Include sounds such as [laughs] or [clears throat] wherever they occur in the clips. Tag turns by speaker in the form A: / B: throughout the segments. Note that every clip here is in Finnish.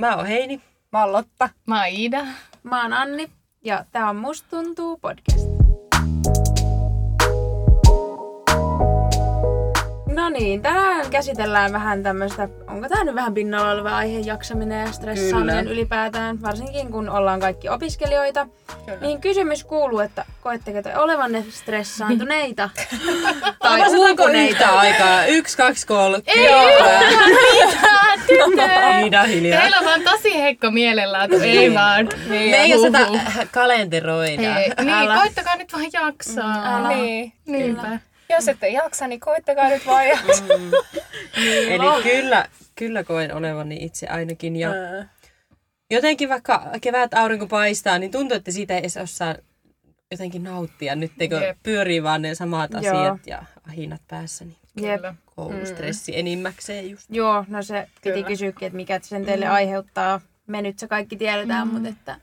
A: Mä oon Heini.
B: Mä oon Lotta.
C: Mä oon Iida.
D: Mä oon Anni ja tää on Musta tuntuu podcast. No niin, tänään käsitellään vähän tämmöistä, onko tämä nyt vähän pinnalla oleva aihe, jaksaminen ja stressaaminen
A: Kyllä.
D: ylipäätään, varsinkin kun ollaan kaikki opiskelijoita.
A: Kyllä.
D: Niin kysymys kuuluu, että koetteko te olevanne stressaantuneita tai
A: Tai
D: uupuneita?
A: uupuneita aikaa? Yksi, kaksi, kolme.
C: Ei yhtään mitään, tytöt!
A: Iida hiljaa.
C: [laughs] Teillä on vaan tosi heikko mielenlaatu, ei vaan.
A: Me ei osata äh, kalenteroida.
C: Ei, niin,
D: Älä.
C: koittakaa nyt vaan jaksaa.
D: Älä.
B: Niin.
C: Niinpä.
B: Jos ette jaksa, niin koittakaa nyt vaan ja...
A: Eli kyllä, kyllä koen olevani itse ainakin. Ja jotenkin vaikka kevät aurinko paistaa, niin tuntuu, että siitä ei edes osaa jotenkin nauttia. Nyt kun
C: Jep.
A: pyörii vaan ne samat
D: Joo.
A: asiat ja ahinat päässä, niin
D: Jep.
C: Kyllä.
A: koulustressi
C: Mm.
A: enimmäkseen just.
D: Joo, no se piti
B: Kyllä.
D: kysyäkin, että mikä sen teille aiheuttaa. Me nyt se kaikki tiedetään, mm. mutta että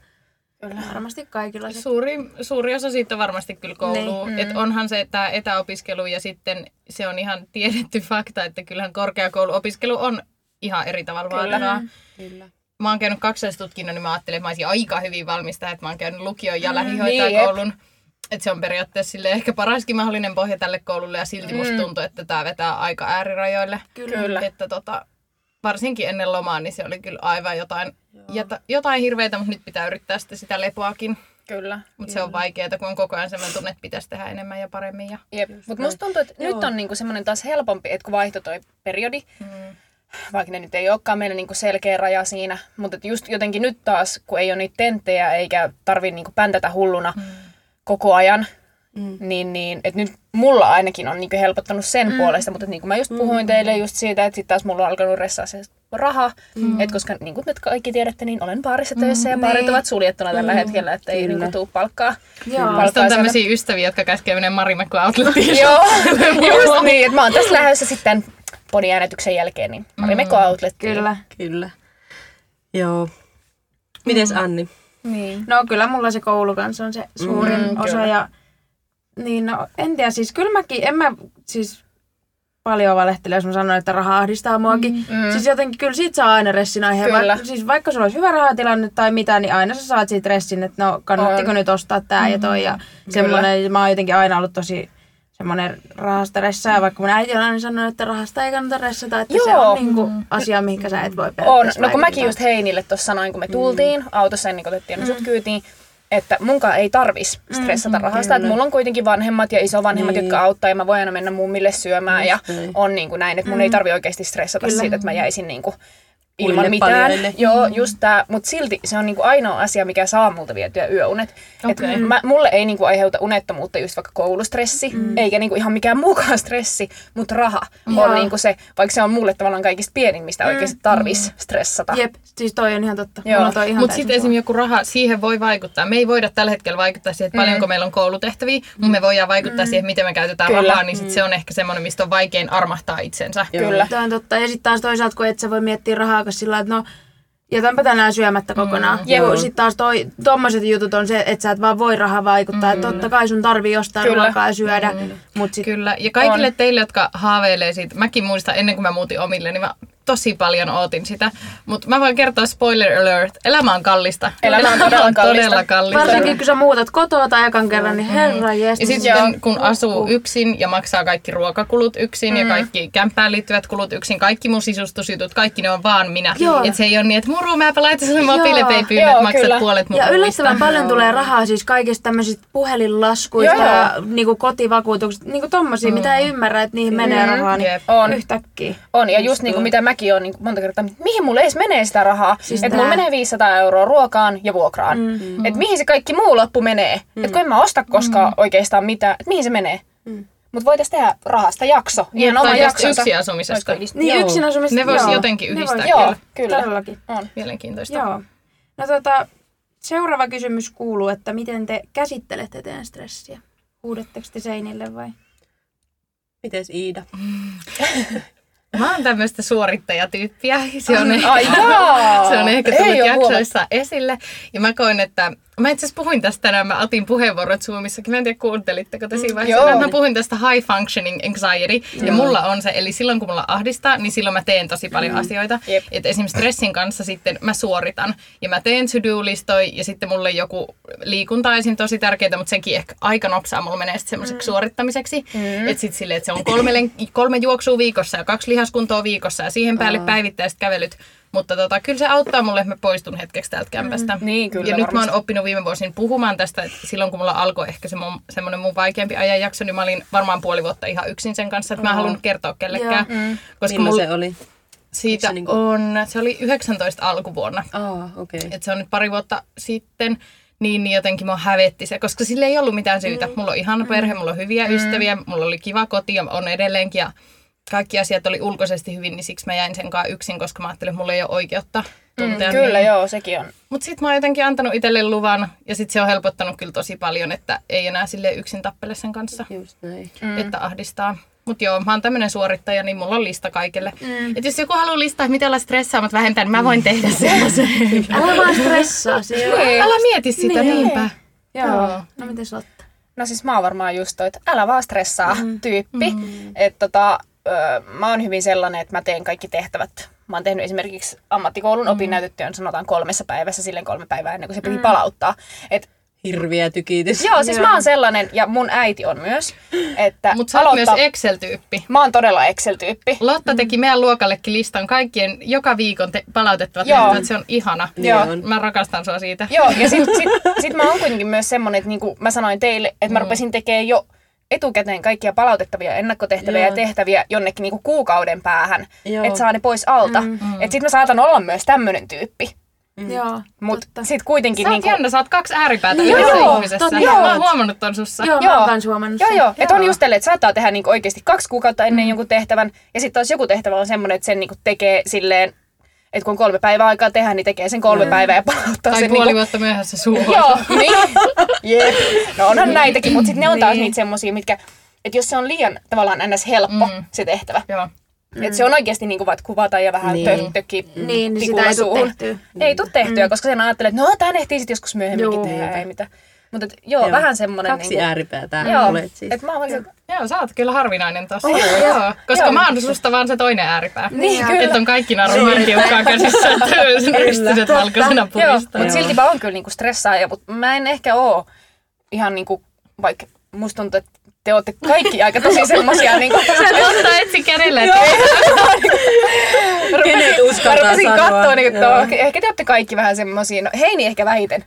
B: Kyllä.
D: varmasti kaikilla se
C: Suuri, suuri osa siitä on varmasti kyllä koulu. Mm. Et onhan se tämä etäopiskelu ja sitten se on ihan tiedetty [laughs] fakta, että kyllähän korkeakouluopiskelu on ihan eri tavalla vaativaa.
A: Kyllä.
C: Mä oon käynyt kaksoistutkinnon, niin mä ajattelin, että mä olisin aika hyvin valmis tähän, että mä oon käynyt lukion ja lähihoitajakoulun. että se on periaatteessa sille ehkä paraskin mahdollinen pohja tälle koululle ja silti musta tuntuu, että tämä vetää aika äärirajoille.
B: Kyllä.
C: Että tota, varsinkin ennen lomaa, niin se oli kyllä aivan jotain, jota, jotain hirveitä, mutta nyt pitää yrittää sitten sitä lepoakin.
B: Kyllä.
C: Mutta se on vaikeaa, kun on koko ajan sellainen tunne, että pitäisi tehdä enemmän ja paremmin. Ja...
B: Jep. Mutta musta tuntuu, että nyt on niinku semmoinen taas helpompi, että kun vaihtoi toi periodi, mm. vaikka ne nyt ei olekaan meillä niinku selkeä raja siinä, mutta just jotenkin nyt taas, kun ei ole niitä tenttejä eikä tarvi niinku päntätä hulluna mm. koko ajan, Mm. Niin, niin, että nyt mulla ainakin on niinku helpottanut sen mm. puolesta, mutta niin kuin mä just puhuin mm. teille just siitä, että sit taas mulla on alkanut ressaa se raha, mm. että koska niin kuin te kaikki tiedätte, niin olen baarissa töissä mm. ja baarit ovat suljettuna tällä hetkellä, että ei niinku tuu palkkaa.
D: Joo.
C: Sitten
B: palkkaa
C: on
B: sieltä.
C: tämmöisiä ystäviä, jotka käskee menemään Marimekko
B: [laughs]
C: Outletiin.
B: Joo, just niin. Että mä oon tässä lähdössä sitten podin äänetyksen jälkeen, niin Marimekko Outlettiin.
D: Kyllä.
A: Kyllä. Joo. Mites
C: Mm.
A: Anni?
B: Niin.
D: No kyllä mulla se koulu kanssa on se suurin mm, osa.
B: kyllä.
D: Ja, niin no, en tiedä, siis kyllä mäkin, en mä siis paljon valehtele, jos mä sanon, että raha ahdistaa muakin. Mm. Siis jotenkin kyllä siitä saa aina ressin aiheen.
B: Kyllä.
D: Vaikka, siis vaikka sulla olisi hyvä rahatilanne tai mitä, niin aina sä saat siitä ressin, että no kannattiko
B: On. Mm.
D: nyt ostaa tää ja toi. Ja semmoinen, ja mä oon jotenkin aina ollut tosi semmoinen rahasta ressaa, vaikka mun äiti on aina sanonut, että rahasta ei kannata ressata, että se
B: Joo.
D: on niinku asia, mihinkä sä et voi
B: On.
D: periaatteessa
B: No kun mäkin
D: vaikuttaa.
B: just Heinille tuossa sanoin, kun me tultiin autossa ennen kuin otettiin mm. sut kyytiin, että munkaan ei tarvis stressata rahasta. Että mulla on kuitenkin vanhemmat ja isovanhemmat,
A: Niin.
B: jotka auttaa ja mä voin aina mennä mummille syömään ja
A: Just näin.
B: on niin kuin näin. Että mun ei tarvi oikeasti stressata
D: Kyllä.
B: siitä, että mä jäisin niin kuin
A: Muille
B: ilman mitään.
A: paljoille.
B: Joo, just tää. Mutta silti se on niinku ainoa asia, mikä saa multa vietyä yöunet. Okay.
C: Okei.
B: Et mä, mulle ei niinku aiheuta unettomuutta just vaikka koulustressi, mm. eikä niinku ihan mikään muukaan stressi, mutta raha
D: Joo.
B: on niinku se, vaikka se on mulle tavallaan kaikista pienin, mistä mm. oikeasti tarvis stressata.
D: Jep, siis toi on ihan totta.
B: Joo.
D: Mulla on toi ihan
C: Mutta
D: täysin
C: sitten
D: sama.
C: esimerkiksi joku raha, siihen voi vaikuttaa. Me ei voida tällä hetkellä vaikuttaa siihen, että paljonko meillä on koulutehtäviä, mutta me voidaan vaikuttaa siihen, miten me käytetään
B: Kyllä.
C: rahaa, niin sit se on ehkä semmoinen, mistä on vaikein armahtaa itsensä.
A: Joo.
B: Kyllä.
D: Tämä on totta. Ja sitten taas toisaalta, kun et sä voi miettiä rahaa, koska sillä lailla, että no, jätänpä tänään syömättä kokonaan. Mm,
A: Joo.
D: ja sitten taas toi, tommoset jutut on se, että sä et vaan voi rahaa vaikuttaa. Mm, totta kai sun tarvii jostain
B: Kyllä.
D: ruokaa syödä. Mm, mut sit,
C: Kyllä, ja kaikille on. teille, jotka haaveilee siitä, mäkin muistan ennen kuin mä muutin omille, niin mä tosi paljon ootin sitä. Mutta mä voin kertoa spoiler alert, elämä on kallista.
B: Elämä on todella kallista.
C: todella kallista.
D: varsinkin kun sä muutat kotoa tai ekan kerran, niin herra jes.
C: Ja
D: niin-
C: sitten kun asuu yksin ja maksaa kaikki ruokakulut yksin mm. ja kaikki kämppään liittyvät kulut yksin, kaikki mun sisustusjutut, kaikki ne on vaan minä.
D: Joo.
C: Et se ei ole niin, että muru, mäpä laitan sulle mobiilepeipiin,
B: Joo,
C: että maksat
B: kyllä.
C: puolet mun
D: ja
C: kuluista.
D: yllättävän paljon tulee rahaa siis kaikista tämmöisistä puhelinlaskuista
B: Joo, joo.
D: ja niinku kotivakuutuksista, niinku tommosia, mm. mitä ei ymmärrä, että niihin menee rahaa niin
C: jep,
B: on.
D: yhtäkkiä.
B: On, ja just niinku mitä mäkin on niinku monta kertaa, että mihin mulle edes menee sitä rahaa? Siis että mulla
D: tää.
B: menee 500 euroa ruokaan ja vuokraan. Mm. Että mihin se kaikki muu loppu menee? Mm. Että kun en mä osta koskaan mm. oikeastaan mitään, että mihin se menee? Mm. Mutta voitaisiin tehdä rahasta jakso, ihan oma
C: tai just
B: jaksonsa.
C: yksin asumisesta.
B: Voisiko yhdistää?
D: Niin
A: Joo.
D: yksin asumista.
C: Ne vois
D: joo.
C: jotenkin
D: Ne
C: yhdistää
D: vois-
B: Joo, kyllä.
D: Todellakin.
B: Niin, On.
C: Mielenkiintoista.
D: Joo. No tota, seuraava kysymys kuuluu, että miten te käsittelette teidän stressiä? Huudatteko te seinille vai?
A: Mites Iida?
C: Mä oon tämmöistä suorittajatyyppiä. Se on, ehkä,
B: Ai jaa!
C: se on ehkä
B: Ei
C: tullut
B: oo
C: jaksoissa esille. Ja mä koen, että Mä itse asiassa puhuin tästä tänään, mä otin puheenvuorot Zoomissakin, mä en tiedä kuuntelitteko te siinä
B: joo.
C: vaiheessa. Joo. Mä puhuin tästä high functioning anxiety, ja mulla on se, eli silloin kun mulla ahdistaa, niin silloin mä teen tosi paljon asioita.
B: Mm. Jep.
C: Et esimerkiksi stressin kanssa sitten mä suoritan, ja mä teen to-do-listoi, ja sitten mulle joku liikunta esim. tosi tärkeää, mutta sekin ehkä aika nopsaa mulla menee sitten
B: Mm.
C: semmoiseksi suorittamiseksi. Että sitten silleen, että se on kolme, len- kolme juoksua viikossa ja kaksi lihaskuntoa viikossa, ja siihen päälle päivittäiset kävelyt. Mutta tota, kyllä se auttaa mulle, että mä poistun hetkeksi täältä kämpästä.
B: Niin, kyllä,
C: ja nyt mä oon
B: varmasti.
C: oppinut viime vuosin puhumaan tästä, että silloin kun mulla alkoi ehkä se mun, semmoinen mun vaikeampi ajanjakso, niin mä olin varmaan puoli vuotta ihan yksin sen kanssa, että mä en halunnut kertoa kellekään.
D: Joo,
C: Mm. Koska
A: Milloin
C: mulla
A: se oli?
C: siitä
A: se niinku-
C: on, se oli 19 alkuvuonna,
A: Aa, okei. Okay.
C: että se on nyt pari vuotta sitten, niin, niin jotenkin mua hävetti se, koska sillä ei ollut mitään
A: Mm.
C: syytä. Mulla on ihana perhe, mulla on hyviä ystäviä, mulla oli kiva koti ja on edelleenkin ja kaikki asiat oli ulkoisesti hyvin, niin siksi mä jäin sen kanssa yksin, koska mä ajattelin, että mulla ei ole oikeutta
A: Mm,
C: tuntea
B: Kyllä,
C: niin.
B: joo, sekin on.
C: Mutta sitten mä oon jotenkin antanut itselle luvan ja sitten se on helpottanut kyllä tosi paljon, että ei enää sille yksin tappele sen kanssa,
A: Just näin.
C: mm. että ahdistaa. Mutta joo, mä oon tämmönen suorittaja, niin mulla on lista kaikille. Mm. Et jos joku haluaa listaa, että miten olla stressaamat vähentää, niin mä voin tehdä sellaisen.
D: Älä vaan stressaa siis.
C: Älä mieti sitä, niin. niinpä.
D: Joo. No miten Lotta?
B: No siis mä oon varmaan just toi, että älä vaan stressaa
C: Mm-hmm.
B: mm. tyyppi. Mm. Että tota, ö, mä oon hyvin sellainen, että mä teen kaikki tehtävät. Mä oon tehnyt esimerkiksi ammattikoulun mm.
C: Mm-hmm.
B: opinnäytetyön sanotaan kolmessa päivässä, silleen kolme päivää ennen kuin se piti mm. palauttaa. Et,
A: Hirviä tykitys.
B: joo, siis mä oon sellainen, ja mun äiti on myös, että
C: Mutta sä oot myös Excel-tyyppi.
B: Mä oon todella Excel-tyyppi.
C: Lotta teki meidän luokallekin listan kaikkien joka viikon te- palautettavat
B: Joo.
C: tehtävät. Se on ihana.
A: Joo. on.
C: Mä rakastan sua siitä.
B: Joo, ja sit, sit, sit mä oon kuitenkin myös semmonen, että niinku mä sanoin teille, että mä rupesin tekemään jo etukäteen kaikkia palautettavia ennakkotehtäviä
A: Joo.
B: ja tehtäviä jonnekin niinku kuukauden päähän,
A: Joo.
B: että saa ne pois alta. Mm. Että sit mä saatan olla myös tämmönen tyyppi.
D: Joo.
B: Mut
D: totta.
B: sit kuitenkin
C: Sä oot
B: niinku...
C: jännä, sä oot kaksi ääripäätä
D: Joo,
C: yhdessä
D: joo,
C: ihmisessä.
D: totta.
C: Joo. Mä
D: Joo.
C: oon huomannut ton sussa.
D: Joo, mä oon kans huomannut
B: Joo,
D: sen.
B: joo. Että on just tälle, että saattaa tehdä niinku oikeasti kaksi kuukautta ennen jonkun tehtävän, ja sitten taas joku tehtävä on semmoinen, että sen niinku tekee silleen, että kun on kolme päivää aikaa tehdä, niin tekee sen kolme päivää ja palauttaa
C: Tai
B: sen
C: puoli
B: niinku
C: vuotta myöhässä suuhun.
B: [laughs] Joo, niin. Jep. No onhan näitäkin, mutta sitten ne on taas niitä semmosia, mitkä, että jos se on liian tavallaan ns. helppo
C: Mm.
B: se tehtävä,
C: Joo.
B: että se on oikeasti niin kuin kuvata ja vähän
A: Niin.
B: niin. tökki
D: Niin, niin sitä ei tuu tehtyä.
B: Ei tule tehtyä, koska sen ajattelee, että no tämän ehtii sitten joskus myöhemminkin
D: Joo.
B: tehdä, ei mitään. Mutta joo, joo, vähän semmoinen...
A: Kaksi ääripäätä
B: joo,
A: olet niinku- siis.
B: et mä olisin,
C: Joo, sä oot kyllä harvinainen tossa. Joo, koska
B: Joo.
C: mä oon susta vaan se toinen ääripää.
D: Niin,
B: kyllä.
C: Että on kaikki naru niin tiukkaan käsissä, että sen ristiset valkoisena
B: joo,
C: pulista.
B: mutta silti mä oon kyllä niinku stressaaja, mutta mä en ehkä oo ihan niinku, vaikka musta tuntuu, että te olette kaikki aika tosi semmosia niinku...
C: Lotta etsi kädellä, että
B: [laughs]
A: Kenet uskaltaa
B: Mä rupesin
A: sanoa?
B: katsoa, niin, että
A: Joo.
B: on- ehkä te olette kaikki vähän semmosia, no Heini ehkä [laughs] vähiten.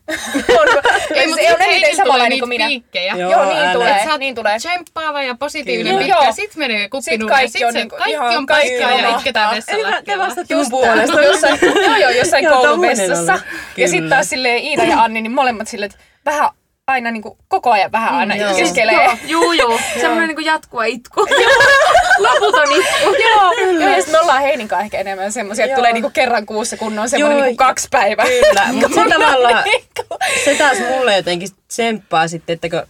B: on,
C: ei, mutta
B: ei, mutta se on eniten samanlainen kuin
C: niitä
B: minä.
C: piikkejä.
A: Joo,
B: Joo, niin
A: älä.
B: tulee,
C: Et sä oot
B: niin tulee.
C: tsemppaava ja positiivinen
A: Kyllä.
C: pitkä.
B: Joo.
C: Sitten menee
B: Sit
C: kuppinuun.
B: kaikki
C: Sitten
B: on
C: se-
B: niinku
C: kaikki
B: ihan-
C: on paikkaa
B: kaikki
C: ja
B: on
C: itketään
A: Eli mä- te
C: vessalla.
A: vastatte mun puolesta.
B: jossain, [laughs] joo, joo, jossain
A: Joo, tommonen
B: koulun vessassa.
A: oli.
B: Ja
A: Kyllä.
B: sitten taas silleen Iida ja Anni, niin molemmat silleen, että vähän aina niin kuin, koko ajan vähän aina
A: joo.
B: itkeskelee.
D: Juu, juu. Semmoinen niinku jatkuva itku. Loputon itku. [laughs]
B: Joo, joo, ja sit me ollaan Heinin kanssa ehkä enemmän semmoisia, että
A: Joo.
B: tulee niinku kerran kuussa, kun on semmoinen
A: Joo.
B: niinku kaksi päivää. [laughs]
A: Kyllä, mutta se tavallaan,
B: Niinku.
A: se taas mulle jotenkin tsemppaa sitten, että kun,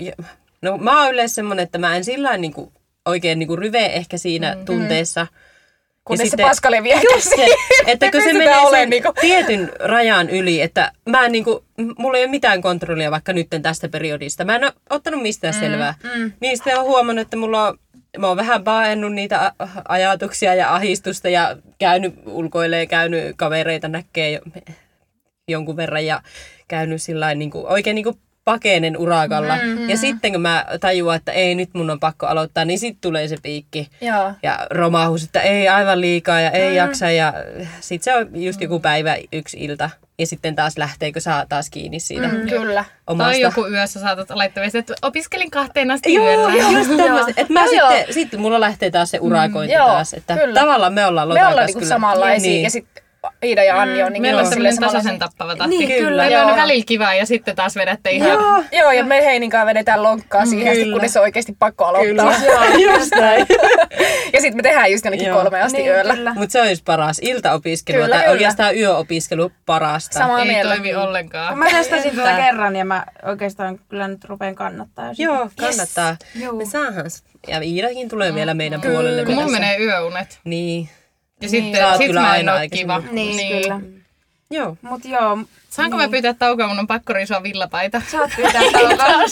A: ja- no mä oon yleensä semmonen, että mä en sillä lailla niinku, oikein niinku ryve ehkä siinä mm tunteessa.
B: Kunnes se
A: sitten-
B: paskale vie
A: Se, että kun se
B: Pystytään
A: menee sen
B: olemaan niinku-
A: tietyn rajan yli, että mä en niinku, m- mulla ei ole mitään kontrollia vaikka nytten tästä periodista. Mä en ole ottanut mistään selvää. Niin sitten on huomannut, että mulla on, mä oon vähän paennut niitä a- ajatuksia ja ahistusta ja käynyt ulkoilee, käynyt kavereita näkee jo, jonkun verran ja käynyt sillä niin kuin, oikein niin kuin pakenen urakalla. Mm-hmm. Ja sitten kun mä tajuan, että ei nyt mun on pakko aloittaa, niin sitten tulee se piikki
B: Joo.
A: ja romahus, että ei aivan liikaa ja ei mm. jaksa ja sitten se on just
B: Mm.
A: joku päivä, yksi ilta ja sitten taas lähteekö saa taas kiinni siitä mm.
B: Kyllä.
A: omasta.
C: Tai joku yössä saatat laittaa viestiä, että opiskelin kahteen asti
A: Joo,
C: yöllä.
A: just tämmöistä. Että mä
B: Joo, joo.
A: sitten, sitten mulla lähtee taas se urakointi
B: Mm, joo,
A: taas. Että
B: kyllä.
A: tavallaan me ollaan
B: Me
A: Lotan
B: ollaan
A: kanssa
B: niinku
A: kyllä-
B: samanlaisia
A: Niin.
B: ja sitten Iida ja Anni on niinku
C: Meillä on
B: silleen
C: semmoinen tasaisen
B: samanlaisia.
C: tappava tahti.
A: Niin, kyllä.
C: Meillä on
B: Joo.
C: aina välillä kivaa ja sitten taas vedätte ihan
D: Ah.
A: Joo,
B: Joo, ja me Heininkaan vedetään
D: Mm,
B: lonkkaa siihen, asti,
A: kyllä.
B: kunnes on oikeasti pakko aloittaa.
A: kyllä. Joo, [laughs] just näin.
B: [laughs] Ja sitten me tehdään just jonnekin
A: Joo.
B: kolme asti
D: Niin,
B: yöllä.
D: kyllä.
A: Mutta se on just paras. Iltaopiskelu
B: Kyllä,
A: tai
B: kyllä.
A: oikeastaan yöopiskelu parasta.
B: Sama
C: ei
B: mieltä.
A: niin.
C: toimi ollenkaan.
D: Kun mä testasin tätä kerran ja mä oikeastaan kyllä nyt rupeen kannattaa. jo sitä.
A: Joo, kannattaa.
D: Juu.
A: Me saadaan. s- Ja Iidakin tulee
B: Mm.
A: vielä meidän puolelle.
C: Kun mun
A: tässä.
C: menee yöunet.
A: Niin.
C: Ja sitten
A: Sä oot
C: sit
A: kyllä
C: mä en
A: aina
C: oo
A: aika
C: kiva.
A: semmoinen. Niin.
D: Niin, kyllä.
A: Joo.
D: Mut joo,
C: Saanko niin. mä pyytää taukoa, mun on pakko risua villapaita?
D: saat pyytää taukoa.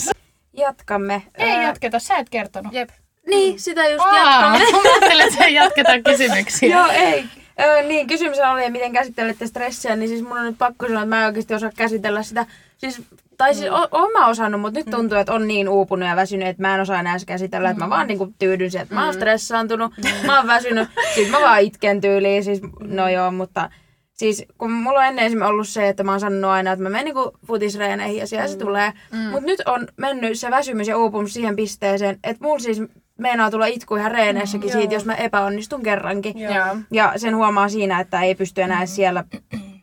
D: Jatkamme.
C: Ei
D: Öö,
C: jatketa, sä et kertonut.
B: Jep.
D: Niin, sitä just
C: Aa,
D: jatkamme.
C: [laughs] mä ajattelin, että se jatketaan kysymyksiä.
D: Joo, ei. Öö, niin, kysymys oli, että miten käsittelette stressiä, niin siis mun on nyt pakko sanoa, että mä en oikeasti osaa käsitellä sitä. Siis, tai siis o- oon mä osannut, mutta nyt tuntuu, että on niin uupunut ja väsynyt, että mä en osaa enää edes käsitellä. Että mä vaan niinku tyydyn siihen, että mä oon stressaantunut, mä oon väsynyt, sit mä vaan itken tyyliin. Siis, no joo, mutta siis kun mulla on ennen esimerkiksi ollut se, että mä oon sanonut aina, että mä menen niinku futisreeneihin ja siellä se tulee. Mutta nyt on mennyt se väsymys ja uupumus siihen pisteeseen, että mulla siis meinaa tulla itku ihan reeneissäkin siitä, jos mä epäonnistun kerrankin.
B: Joo.
D: Ja sen huomaa siinä, että ei pysty enää siellä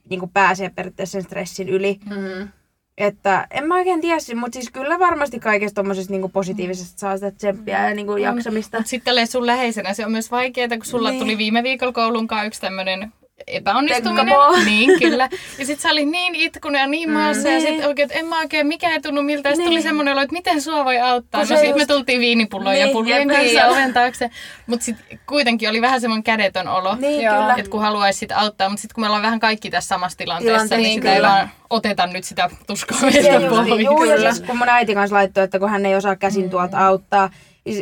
D: niin kuin pääsee periaatteessa sen stressin yli.
B: Mm.
D: Että en mä oikein tiedä, mutta siis kyllä varmasti kaikesta tommosesta niin positiivisesta saa sitä tsemppiä ja niin kuin jaksamista.
C: Sitten tälleen sun läheisenä se on myös vaikeaa, kun sulla
D: Niin.
C: niin. tuli viime viikolla koulunkaan yksi tämmöinen epäonnistuminen.
D: Tekkapoo.
C: [laughs] Niin, kyllä. Ja sit sä olit niin itkunut ja niin maassa, mm, ja
D: Niin.
C: sit oikein, että en mä oikein mikään ei tunnu miltä. Ja sit
D: Niin.
C: tuli semmoinen olo, että miten sua voi auttaa.
D: Kun
C: No
D: se
C: sit me
D: just-
C: tultiin viinipulloon ja
D: Niin,
C: pullojen
D: jep.
C: kanssa oven taakse. Mut sit kuitenkin oli vähän semmoinen kädetön olo.
D: Niin
B: Joo.
D: kyllä.
C: Että kun haluaisi sit auttaa, mutta sitten kun me ollaan vähän kaikki tässä samassa tilanteessa,
D: Tilanteessa,
C: niin sitä ei
D: kyllä.
C: vaan oteta nyt sitä tuskaa
D: Se
C: meiltä
D: just,
C: pois.
D: juu, ja siis kun mun äiti kanssa laittoi, että kun hän ei osaa käsin tuolta auttaa.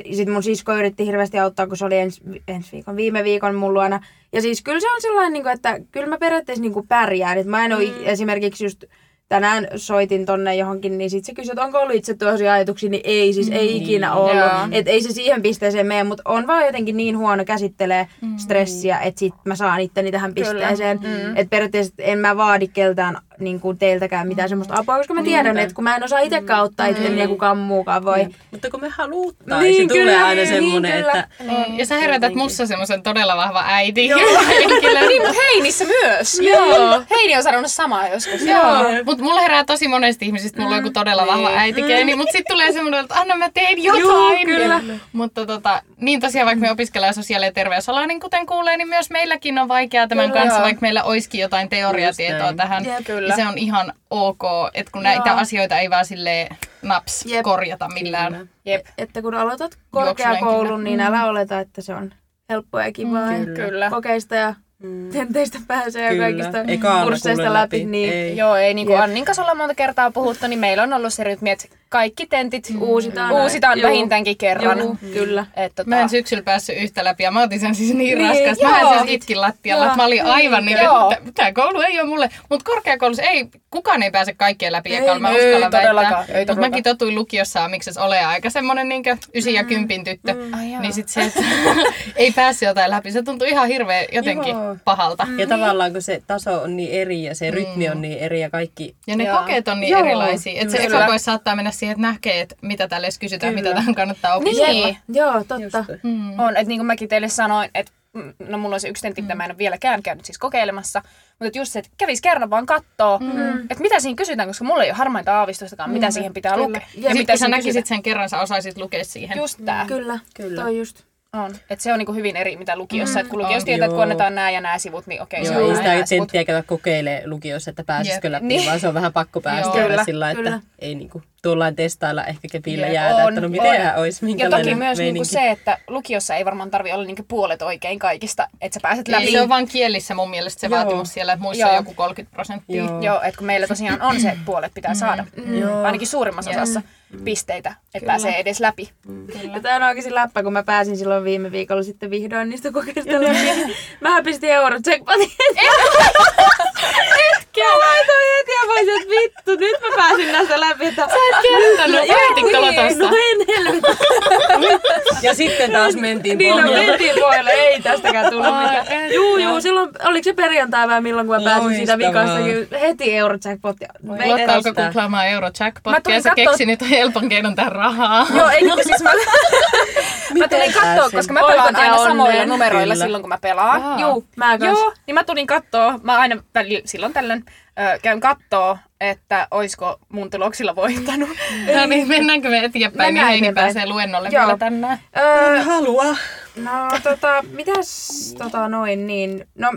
D: Sitten mun sisko yritti hirveästi auttaa, kun se oli ens, ensi viikon, viime viikon mun luona. Ja siis kyllä se on sellainen, niin kuin, että kyllä mä periaatteessa niin kuin pärjään. Et mä en ole esimerkiksi just tänään soitin tonne johonkin, niin sitten se kysyi, että onko ollut itse tosi ajatuksia, niin ei siis, ei ikinä ollut.
B: Joo.
D: Et ei se siihen pisteeseen mene, mutta on vaan jotenkin niin huono käsittelee
A: Mm.
D: stressiä, että sit mä saan itteni tähän pisteeseen. Mm. Että periaatteessa en mä vaadi keltään niin kuin teiltäkään
A: Mm.
D: mitään semmoista apua, koska mä tiedän, että kun mä en osaa itsekään auttaa itteni ja kukaan muukaan voi.
A: Mutta kun me halutaan,
D: Niin,
A: niin, Mm. se tulee
D: kyllä,
A: aina
D: niin,
A: semmoinen,
D: kyllä.
A: että...
C: Mm, ja sä herätät mussa semmoisen todella vahva äiti. [laughs]
B: Niin, mutta Heinissä myös. Joo. Heini on sanonut samaa joskus.
C: Joo, mutta mulla herää tosi monesti ihmisistä, mulla on joku todella vahva äitikeeni, mutta sitten tulee semmoinen, että anna mä teen jotain.
D: Mm, niin. Juu, kyllä.
C: Mutta tota, niin tosiaan, vaikka me opiskellaan sosiaali- ja terveysalaa, niin kuten kuulee, niin myös meilläkin on vaikeaa tämän
B: Kyllä,
C: kanssa,
B: joo.
C: vaikka meillä olisikin jotain teoriatietoa
A: näin.
C: tähän.
D: Jep.
B: Kyllä.
C: Ja se on ihan ok, että kun näitä
D: Joo.
C: asioita ei vaan silleen naps
D: Jep.
C: korjata millään.
B: Jep.
D: Että kun aloitat
C: Juoksulenkillä.
D: korkeakoulun, niin
A: Mm.
D: älä oleta, että se on helppoa ja kivaa. ja
B: Kyllä.
D: Kokeista ja
A: Mm.
D: tenteistä pääsee ja
A: Kyllä.
D: kaikista
A: Ei kaala
D: kursseista
A: kuule
D: läpi.
A: läpi.
D: Niin.
A: Ei.
B: Joo, ei niin kuin
D: Jep.
B: Annin kanssa ollaan monta kertaa puhuttu, niin meillä on ollut se rytmi, että kaikki tentit
D: Uusitaan.
B: uusitaan
D: Juu.
B: vähintäänkin kerran.
D: Juu, kyllä.
B: Et, tota,
C: Mä en syksyllä päässyt yhtä läpi ja mä otin sen siis niin,
D: Niin,
C: niin raskasta. Mä
B: joo.
C: en siis itkin lattialla, että mä olin aivan niin,
B: Joo.
C: että tämä koulu ei ole mulle. Mutta korkeakoulussa ei, kukaan ei pääse kaikkeen läpi,
D: Ei,
C: eikä mä
B: ei
C: uskalla
B: todellakaan, ei
C: väittää. Mutta
B: todellakaan. Mm,
C: mäkin totuin lukiossa, miksi se ole aika semmonen niin 9 ja 10 tyttö.
B: Ai jaa.
C: Niin sit se, että [laughs] ei päässyt jotain läpi, se tuntui ihan hirveän jotenkin
A: Joo.
C: pahalta.
B: Mm.
A: Ja tavallaan kun se taso on niin eri ja se rytmi on niin eri ja kaikki...
C: Ja ne
B: Joo.
C: kokeet on niin
D: Joo,
C: erilaisia, että se
B: kyllä.
C: eka koe saattaa mennä siihen, että näkee, että mitä tälle edes kysytään, mitä tähän kannattaa opiskella.
B: Niin.
D: Joo, totta.
A: Just.
C: Mm.
B: On, että niin kuin mäkin teille sanoin, että mm, no mulla on se yksi tentti,
A: Mm.
B: mitä mä en ole vieläkään käynyt siis kokeilemassa, mutta että just se, että kävis kerran vaan kattoo,
A: Mm.
B: että mitä siinä kysytään, koska mulla ei ole harmainta aavistustakaan, mitä siihen pitää
D: Ja
B: lukea.
C: Ja,
D: sit
C: ja
B: mitä
C: sitten sä
B: siinä
C: näkisit
B: kysytään.
C: sen kerran, sä osaisit lukea siihen.
B: Just tää.
D: Kyllä, Kyllä,
A: Mm. Kyllä.
D: toi just.
B: On. Et se on niinku hyvin eri, mitä lukiossa. Mm, et kun lukiossa tietää, että kun
A: Joo.
B: annetaan nämä ja nämä sivut, niin okei,
A: Joo, ei
B: nämä
A: sitä
B: ja sivut.
A: tenttiä käydä kokeilee lukiossa, että pääsisikö
C: Jep.
A: läpi,
B: Niin.
A: vaan se on vähän pakko päästä
C: Joo.
A: aina
B: Kyllä,
A: sillä,
D: kyllä.
A: että ei niinku tuollain testailla ehkä kepillä
C: Jep.
A: jäädä,
B: On,
A: että no
B: on.
A: miten hän olisi,
B: Ja
A: minkälainen
B: toki myös niinku
A: meininki.
B: se, että lukiossa ei varmaan tarvi olla niinku puolet oikein kaikista, että sä pääset läpi.
C: Niin. Se on vaan kielissä mun mielestä se
A: Joo.
C: vaatimus siellä, että muissa
B: Joo.
C: on joku 30 prosenttia.
A: Joo.
B: Joo, että kun meillä tosiaan on se, että puolet pitää saada,
A: Joo.
B: ainakin suurimmassa osassa pisteitä, että
C: Kyllä.
B: pääsee edes läpi.
D: Ja tämä on oikeasti läppä, kun mä pääsin silloin viime viikolla sitten vihdoin niistä kokeista läpi. [laughs] Mähän pistin eurot [laughs] checkpointiin. Hetkiä. Mä laitoin heti ja mä olisin, että vittu, nyt mä pääsin näistä läpi. Että... Sä et
C: [laughs] kertonut, päätitkö Lotossa?
D: No en helvetti.
A: Ja sitten taas
B: [laughs]
A: mentiin
D: Niin no,
A: pohjalle.
D: mentiin pohjalle, ei tästäkään tullut
B: Ai,
D: mitään.
B: et.
D: Juu, juu, silloin, oliko se perjantai vai milloin, kun mä pääsin siitä vikasta,
A: Loistavaa.
D: kyllä heti euro jackpot. ja- Ei
C: Lotta
D: edes-
C: alkoi googlaamaan
D: Mä
C: eurojackpottia
D: tulin
C: ja sä
D: kattoo-
C: keksin nyt helpon keinon tähän rahaa.
B: Joo, ei niinku siis mä, mä tulin kattoa,
A: pääsin?
B: koska mä
D: Oikot
B: pelaan
D: ja
B: aina
D: onnen.
B: samoilla numeroilla
A: Kyllä.
B: silloin, kun mä pelaan.
C: Aa.
D: Juu, mä kans.
B: Joo, niin mä tulin kattoo, mä aina välillä, silloin tällöin ö, käyn kattoo, että oisko mun tuloksilla voittanut.
C: No niin, mennäänkö me eteenpäin, niin
D: Mennään
C: Heini
D: eteenpäin.
C: pääsee luennolle
D: Joo.
C: vielä tänään.
D: Öö,
A: Halua.
D: No tota, mitäs tota noin niin, no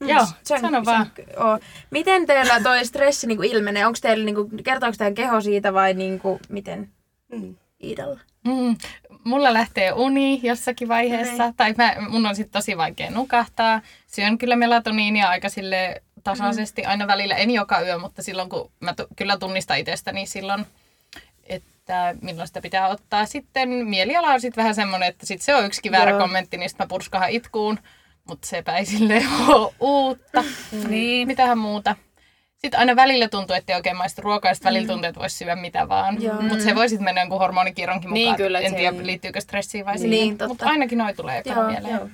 D: Mm.
C: Joo, sano vaan.
D: sen- oo. miten teillä toi stressi niinku ilmenee? Onko teillä niinku, kertooko teidän keho siitä vai niinku, miten?
A: Mm.
D: Iidalla.
C: Mm, mulla lähtee uni jossakin vaiheessa, tai mä, mun on sitten tosi vaikea nukahtaa. Syön kyllä melatoniinia aika sille tasaisesti aina välillä, en joka yö, mutta silloin kun mä tu- kyllä tunnistan itsestäni niin silloin, että milloin sitä pitää ottaa. Sitten mieliala on sitten vähän semmoinen, että sit se on yksi väärä
D: Joo.
C: kommentti, niin sit mä purskahan itkuun, mutta sepä ei [laughs] silleen ole uutta.
B: Niin.
C: Mitähän muuta. Sitten aina välillä tuntuu, että ei oikein maistu ruokaa, ja sitten
B: Mm.
C: välillä tuntuu, että voisi syödä mitä vaan.
D: Joo.
C: Mutta se voi sitten mennä jonkun hormonikirronkin mukaan.
B: Niin, kyllä,
C: en
B: se-
C: tiedä, liittyykö stressiin vai
D: Niin,
C: siihen.
D: totta.
C: Mutta ainakin noi tulee ekana
D: Joo,
C: mieleen.
D: joo.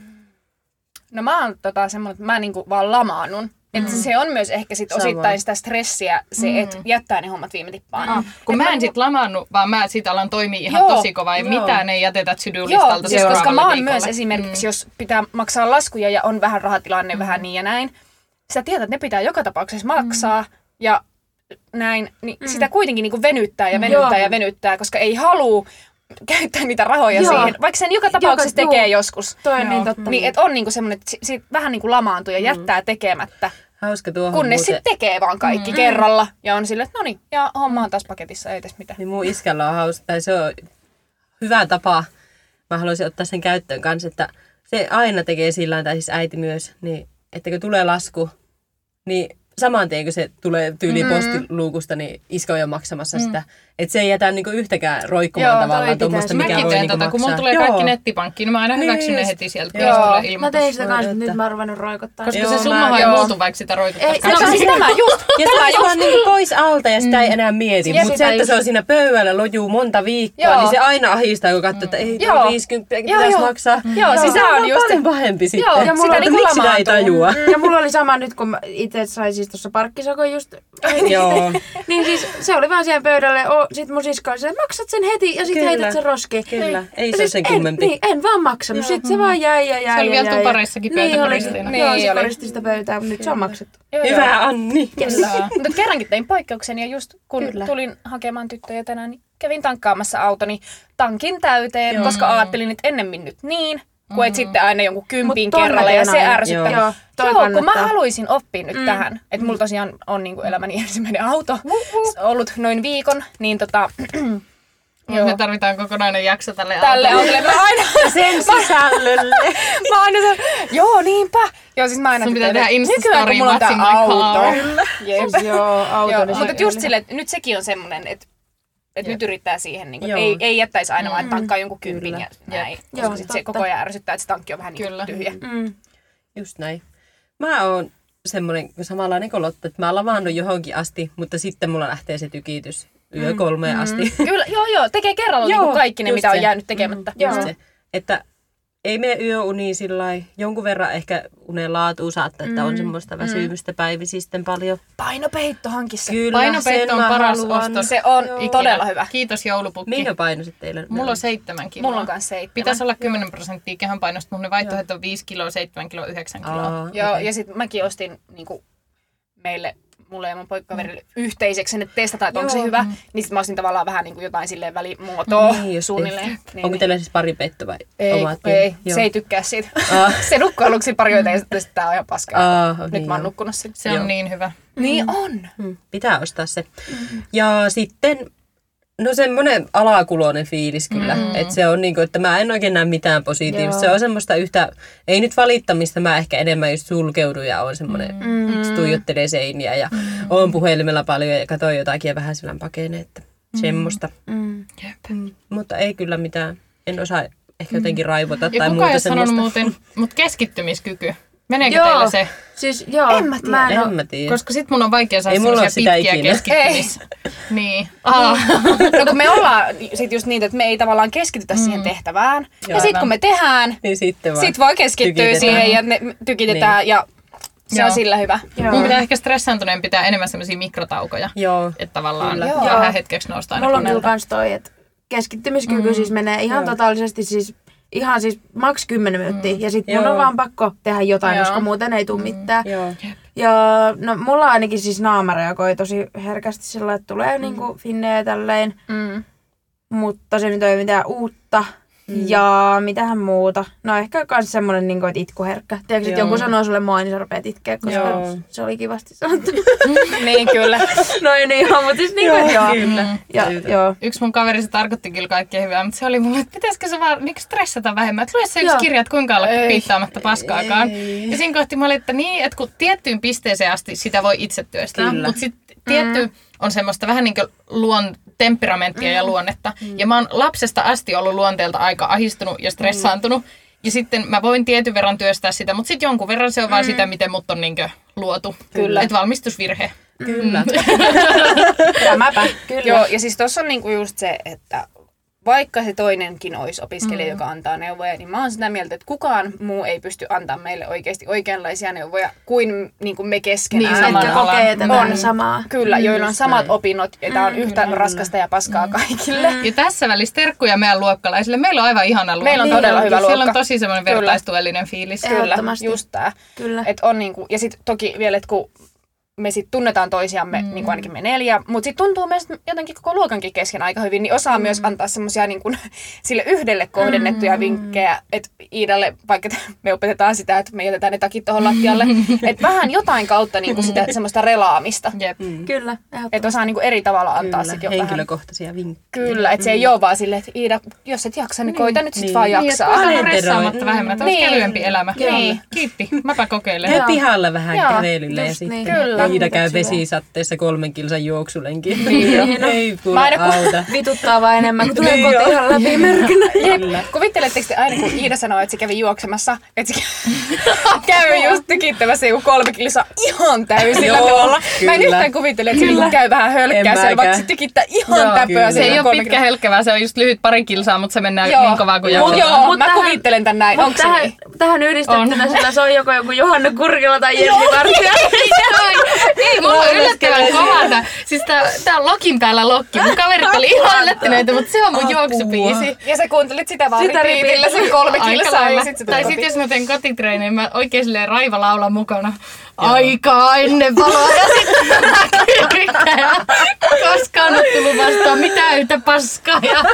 B: No mä oon tota semmoinen, että mä niinku vaan lamaannun. Mm. Että se on myös ehkä sit
A: Samoin.
B: osittain sitä stressiä, se, mm. että jättää ne hommat viime tippaan.
C: Ah, kun mä en sit lamaannu, vaan mä sit alan toimia ihan
B: Joo,
C: tosi kovaa ja
A: joo.
C: mitään ei jätetä
B: Joo,
C: sydylistalta
B: siis koska mä oon
C: viikolle.
D: Mm.
B: myös
C: Mm.
B: esimerkiksi, jos pitää maksaa laskuja ja on vähän rahatilanne,
D: Mm.
B: vähän niin ja näin, sä tiedät, että ne pitää joka tapauksessa maksaa ja näin, niin sitä kuitenkin niin venyttää ja venyttää
D: Mm. Joo.
B: ja venyttää, koska ei halua [laughs] käyttää niitä rahoja
D: Joo.
B: siihen, vaikka sen joka tapauksessa
D: juu.
B: tekee joskus.
D: Toi on
C: Joo.
D: niin totta. Mm.
B: Niin, että on niinku semmoinen, että si- siitä vähän niinku lamaantuu ja jättää tekemättä,
A: Hauska tuohon
B: kunnes
A: muuten.
B: sitten tekee vaan kaikki
D: Mm.
B: kerralla ja on silleen, että no niin, ja homma on taas paketissa, ei tässä mitään.
A: Niin mun iskällä on hauska, tai se on hyvä tapa. Mä haluaisin ottaa sen käyttöön kanssa, että se aina tekee sillä lailla, tai siis äiti myös, niin että kun tulee lasku, niin saman tien kun se tulee tyyli
C: Mm.
A: postiluukusta, niin iska on jo maksamassa sitä. Että se ei jätä niinku yhtäkään roikkumaan
B: Joo, toi
A: tavallaan tuommoista,
D: pitäisi.
A: mikä
C: Mäkin
A: voi
C: teen
A: niinku
C: tätä, kun mulla
A: maksaa.
C: tulee
A: Joo.
C: kaikki nettipankkiin, niin mä aina
A: Niin
C: hyväksyn ne
A: just.
C: heti sieltä, kun
B: Joo.
C: jos tulee
D: Mä No, tein sitä
A: Voi
D: kanssa,
A: että.
D: nyt mä oon ruvennut roikottaa.
C: Koska
A: Joo,
C: se summahan ei
B: mä-
C: muutu, vaikka sitä roikuttaisi
D: Ei, no,
B: No
C: kaksi-
B: siis tämä just,
D: [laughs]
A: Ja se
B: tämä
A: olisi
B: just.
A: vaan niinku pois alta ja sitä ei enää mieti.
B: Jep,
A: Mutta se,
B: Mm. sitä
A: että se
B: just.
A: on siinä pöydällä lojuu monta viikkoa,
B: Joo. Mm.
A: niin se aina ahistaa, kun katsoo, että ei
B: Joo.
A: tämä 50
B: Joo,
A: pitäisi
B: joo.
A: maksaa.
B: Joo, siis se
A: Tämä
B: on
A: on
B: just,
A: paljon pahempi sitten.
B: Joo, ja mulla
A: Mutta
B: niinku
A: miksi sitä ei
B: lamaantuu.
A: tajua?
D: Mm, Ja mulla oli sama nyt, kun mä itse sain siis tuossa parkkisakon just.
B: Mm.
A: Joo.
D: niin siis se oli vaan siellä pöydälle. O, sit mun sisko oli silleen, maksat sen heti ja sit
A: Kyllä.
D: heität sen roskiin.
A: Kyllä.
D: Niin.
A: Ei
D: Ja
A: se ole sen
D: en-
A: kummempi.
D: Niin, en vaan maksanut. Sit se vaan jäi ja jäi
C: Se oli
D: ja
C: vielä
D: jäi ja-
C: tupareissakin
D: Niin oli.
C: pöytäkoristeena.
D: Niin joo,
B: Niin
D: se
B: oli.
D: koristi sitä pöytää, mutta nyt se on maksettu.
B: Joo, joo.
A: Hyvä Anni.
B: [laughs]
C: Kyllä.
B: Mutta kerrankin tein poikkeuksen ja just kun
D: Kyllä.
B: Kyllä. tulin hakemaan tyttöjä tänään, niin kävin tankkaamassa autoni tankin täyteen, Joo. koska ajattelin, että ennemmin nyt niin, kuin
C: Mm.
B: et sitten aina jonkun kympin
D: Mut ton
B: kerralla ja
D: näköinen
B: se
D: on.
B: ärsyttää.
A: Joo.
D: Joo, toi
B: Joo, kun mä
D: kannattaa.
B: haluaisin oppia nyt mm. tähän, että mulla tosiaan on niinku elämäni [laughs] ensimmäinen auto Se on ollut noin viikon, niin tota,
C: Mut Me tarvitaan kokonainen jakso tälle [laughs]
B: siis- tälle
C: autolle.
B: autolle mä aina,
A: Sen sisällölle.
B: mä aina se, joo niinpä. Joo, siis mä aina
C: Sun pitää
B: tytöille,
C: tehdä Insta-story,
B: nykyään kun mulla on
C: what's in
B: tää
C: my car.
B: auto. Jep.
D: Joo, auto.
B: Joo,
D: niin se
B: mutta
D: oli.
B: just silleen, että nyt sekin on semmoinen, että et nyt yrittää siihen, niin kuin,
A: Joo. Mm.
B: ei, ei jättäisi aina vaan että tankkaa jonkun kympin ja näin, koska
D: Joo,
B: sit se
D: totta.
B: koko ajan ärsyttää, että se tankki on vähän niin
C: Kyllä.
B: kuin tyhjä.
D: Mm.
A: Just näin. Mä oon semmoinen samanlainen kuin Lotta, että mä lavaannun johonkin asti, mutta sitten mulla lähtee se tykitys yö kolmeen
B: Mm-hmm.
A: asti.
B: [laughs] Kyllä, joo joo, tekee kerralla niin
A: Joo,
B: kuin kaikki ne,
A: just
B: mitä
A: se. Mm,
B: on jäänyt tekemättä.
D: Joo.
A: Just se, että ei mene yöuniin sillä lailla. Jonkun verran ehkä unen laatu saattaa, että
B: Mm,
A: on semmoista väsymystä päivisisten paljon.
B: Painopeitto hankissa.
A: Kyllä,
C: Painopeitto
A: sen
C: on
A: mä
C: paras
A: haluan.
C: ostos.
B: Se on
C: Ikinä.
B: todella hyvä.
C: Kiitos joulupukki.
A: Minkä painoiset teillä?
C: Mulla on seitsemän kiloa.
B: Mulla on kanssa seitsemän.
C: Pitäisi olla 10 prosenttia kehonpainosta, mutta ne vaihtoehdot on 5 kiloa, 7 kiloa, 9 kiloa.
A: Aa,
B: Joo,
A: okei.
B: ja sitten mäkin ostin niin kuin, meille, mulle ja mun poikkaverille yhteiseksi sen, että testataan, että onko se
A: Mm. Joo. Mm.
B: hyvä. Niin sitten mä ostin tavallaan vähän niin kuin jotain silleen välimuotoa
A: Niin just.
B: suunnilleen. Niin,
A: Onko
B: niin.
A: teillä siis pari petto vai
B: Ei,
A: omat?
B: ei
A: Joo.
B: se ei tykkää siitä.
A: [laughs] Ah.
B: [laughs] se nukkuu aluksi pari joita ja sitten tää on ihan paskaa.
A: Ah,
B: Nyt
A: niin
B: mä oon
A: joo.
B: nukkunut sitten.
C: Se on niin hyvä.
B: Niin on.
A: Mm, Pitää ostaa se. Ja sitten, no semmoinen alakuloinen fiilis kyllä. Mm. Että se on niinku, että mä en oikein näe mitään positiivista.
D: Joo.
A: Se on semmoista yhtä, ei nyt valittamista, mä ehkä enemmän just sulkeudun ja on semmoinen, mm. tuijottelee seiniä ja mm. on puhelimella paljon ja katsoo jotakin ja vähän sillä pakenee, että semmoista.
D: Mm.
A: Mutta ei kyllä mitään, en osaa ehkä jotenkin raivota
C: Ja
A: tai
C: kukaan ei
A: muuta
C: ole sanonut
A: semmoista.
C: muuten, mutta keskittymiskyky. Meneekö
D: Joo.
C: teillä se?
D: Siis joo,
B: En mä tiedä.
D: en oo-
A: En mä tiedä.
C: Koska sit mun on vaikea saada
A: Niin. Ei mulla ole
C: semmosia
A: sitä
C: pitkiä
A: ikinä.
C: keskittymis. Niin. Aa.
B: No kun me ollaan sit just niitä, että me ei tavallaan keskitytä siihen tehtävään.
A: Mm. Joo,
B: Ja sit
A: aivan.
B: kun me tehdään,
A: Niin sitten vaan.
B: sit voi keskittyä
A: tykitetään. Niin.
B: siihen ja ne tykitetään ja se
C: Joo.
B: on sillä hyvä.
D: Joo.
C: Mun pitää ehkä stressaantuneen pitää enemmän semmoisia mikrotaukoja.
A: Joo.
C: Että tavallaan
A: Kyllä.
C: Joo.
D: Joo.
C: vähän hetkeksi nousta aina
D: Mulla on kyllä
C: koneelta.
D: kans toi, että keskittymiskyky mm. siis menee ihan totaalisesti siis ihan siis maks 10 minuuttia ja sitten mun
A: Joo.
D: on vaan pakko tehdä jotain,
C: Joo. Mm.
D: koska muuten ei tule mitään.
A: Joo.
D: Ja no mulla ainakin siis naama reagoi tosi herkästi sillä, että tulee mm. niinku finnejä tälleen,
B: Mm.
D: mutta se nyt ei ole mitään uutta. Mm. Ja mitähän muuta. No ehkä myös semmoinen, niin kuin, että itkuherkkä. Tiedätkö, että
A: Joo.
D: joku sanoo sulle mua, niin sä rupeat itkeä, koska
A: Joo.
D: joo. se oli kivasti sanottu. [laughs]
B: niin kyllä.
A: [laughs]
D: no ei niin ihan, mutta siis niin kuin, joo. joo.
A: Kyllä.
D: Ja,
A: Siitä.
D: joo.
C: Yksi mun kaveri, se tarkoitti kyllä kaikkea hyvää, mutta se oli mulle, että pitäisikö se vaan niinku stressata vähemmän, että lue se yksi
D: Joo.
C: kirja, että kuinka olla
B: Ei.
C: piittaamatta paskaakaan.
A: Ei.
C: Ja siinä kohti mä olin, että niin, että kun tiettyyn pisteeseen asti sitä voi itse työstää,
A: Kyllä.
C: mutta sitten tietty on semmoista vähän niin kuin luon temperamenttia ja luonnetta. Ja mä oon lapsesta asti ollut luonteelta aika ahistunut ja stressaantunut. Ja sitten mä voin tietyn verran työstää sitä, mutta sitten jonkun verran se on vaan sitä, miten mut on niinkö luotu. Kyllä. Että valmistusvirhe.
A: Kyllä.
D: Tämäpä, kyllä.
B: Joo, ja siis tuossa on niinku just se, että vaikka se toinenkin olisi opiskelija, mm. joka antaa neuvoja, niin mä oon sitä mieltä, että kukaan muu ei pysty antaa meille oikeasti oikeanlaisia neuvoja kuin, niin kuin me keskenään.
C: Niin,
B: Että
C: samalla
D: Ketkä
C: alalla.
D: kokee tätä
B: On.
D: samaa.
B: Kyllä, joilla on samat opinnot, ja tää on yhtä raskasta ja paskaa kaikille.
C: Ja tässä välissä terkkuja meidän luokkalaisille. Meillä on aivan ihana luokka.
B: Meillä on todella hyvä
C: Siellä on
B: luokka.
C: tosi semmoinen
B: Kyllä.
C: vertaistuellinen fiilis.
B: Kyllä,
D: Ehdottomasti.
B: just tää.
D: Kyllä.
B: Et on niinku, ja sitten toki vielä, että kun me sit tunnetaan toisiamme, mm. niin kuin ainakin me neljä, mutta sitten tuntuu myös että jotenkin koko luokankin kesken aika hyvin, niin osaa mm. myös antaa semmoisia niin kuin [laughs] sille yhdelle kohdennettuja mm. vinkkejä, että Iidalle, vaikka t- me opetetaan sitä, että me jätetään ne takit tuohon [laughs] lattialle, että vähän jotain kautta niin kuin [laughs] sitä semmoista relaamista,
C: Jep.
D: Kyllä, ehdottomasti.
B: että osaa niin kuin eri tavalla antaa
A: Kyllä.
B: sitten jo vähän.
A: Henkilökohtaisia vinkkejä.
B: Kyllä, että se ei ole vaan silleen, että Iida, jos et jaksa, Mm. niin koita nyt sitten
A: Niin.
B: vaan
C: Niin, että
B: jaksaa.
C: vähän
A: Niin,
C: stressaamatta
A: teroi.
C: vähemmän. Tämä niin.
B: Niin.
C: kevyempi elämä.
B: Kyllä.
C: Niin. Kiitti. Mäpä kokeilen.
A: Käy pihalla vähän
B: Joo,
A: kävelyllä ja
D: just
A: sitten
D: niin.
B: Kyllä.
A: Iida käy
D: Just niin.
A: vesisatteessa kolmen kilsan juoksulenkin. Niin, [laughs] Ei kuule
B: Mä aina kun-
A: auta. [laughs]
D: Vituttaa vaan enemmän, kun tulee
A: Niin joo.
D: kotiin ihan läpi [laughs] mörkynä.
A: Kyllä.
B: Kuvitteletteko te aina, kun Iida sanoi, että se kävi juoksemassa, että se [laughs] kä- käy just tykittämässä joku kolme kilsaa ihan täysillä
A: Joo,
B: tuolla. Mä en
A: kyllä.
B: yhtään kuvittele, että se niinku käy vähän
A: En
B: hölkkää siellä,
A: mäkään.
B: vaikka se tykittää ihan
C: Joo,
A: kyllä.
B: täpöä
C: Se ei
B: siellä
C: ole
B: kolme
C: pitkä
B: kilsaa.
C: helkkä, se on just lyhyt pari kilsaa, mutta se mennään
B: Joo.
C: niin kovaa kuin
B: Mut
C: jaksaa. [laughs]
B: Joo,
D: Mut
B: mä
D: tähän-
B: kuvittelen tän näin.
D: Mut
B: Onko se
D: tähän,
B: niin?
D: tähän yhdistettynä sillä se on joko joku Johanna Kurkila tai Jenni Vartija.
C: Ei, mulla Niin on yllättävän kova tää. Siis tää, tää on lokin päällä lokki. Mun kaverit oli ihan yllättyneitä, mutta se on mun
A: Apua.
C: juoksubiisi.
B: Ja sä kuuntelit sitä vaan
D: Sitä
B: ripiitillä sen kolme
C: Aika
B: kilsaa ja
C: lailla.
B: sit se tuli
C: Tai sitten
B: kotiin.
C: jos mä teen kotitreenin, mä oikein silleen raiva laula mukana. Aikaa ennen valoa ja sitten yrittää. Koskaan on tullut vastaan mitään yhtä paskaa. Ja...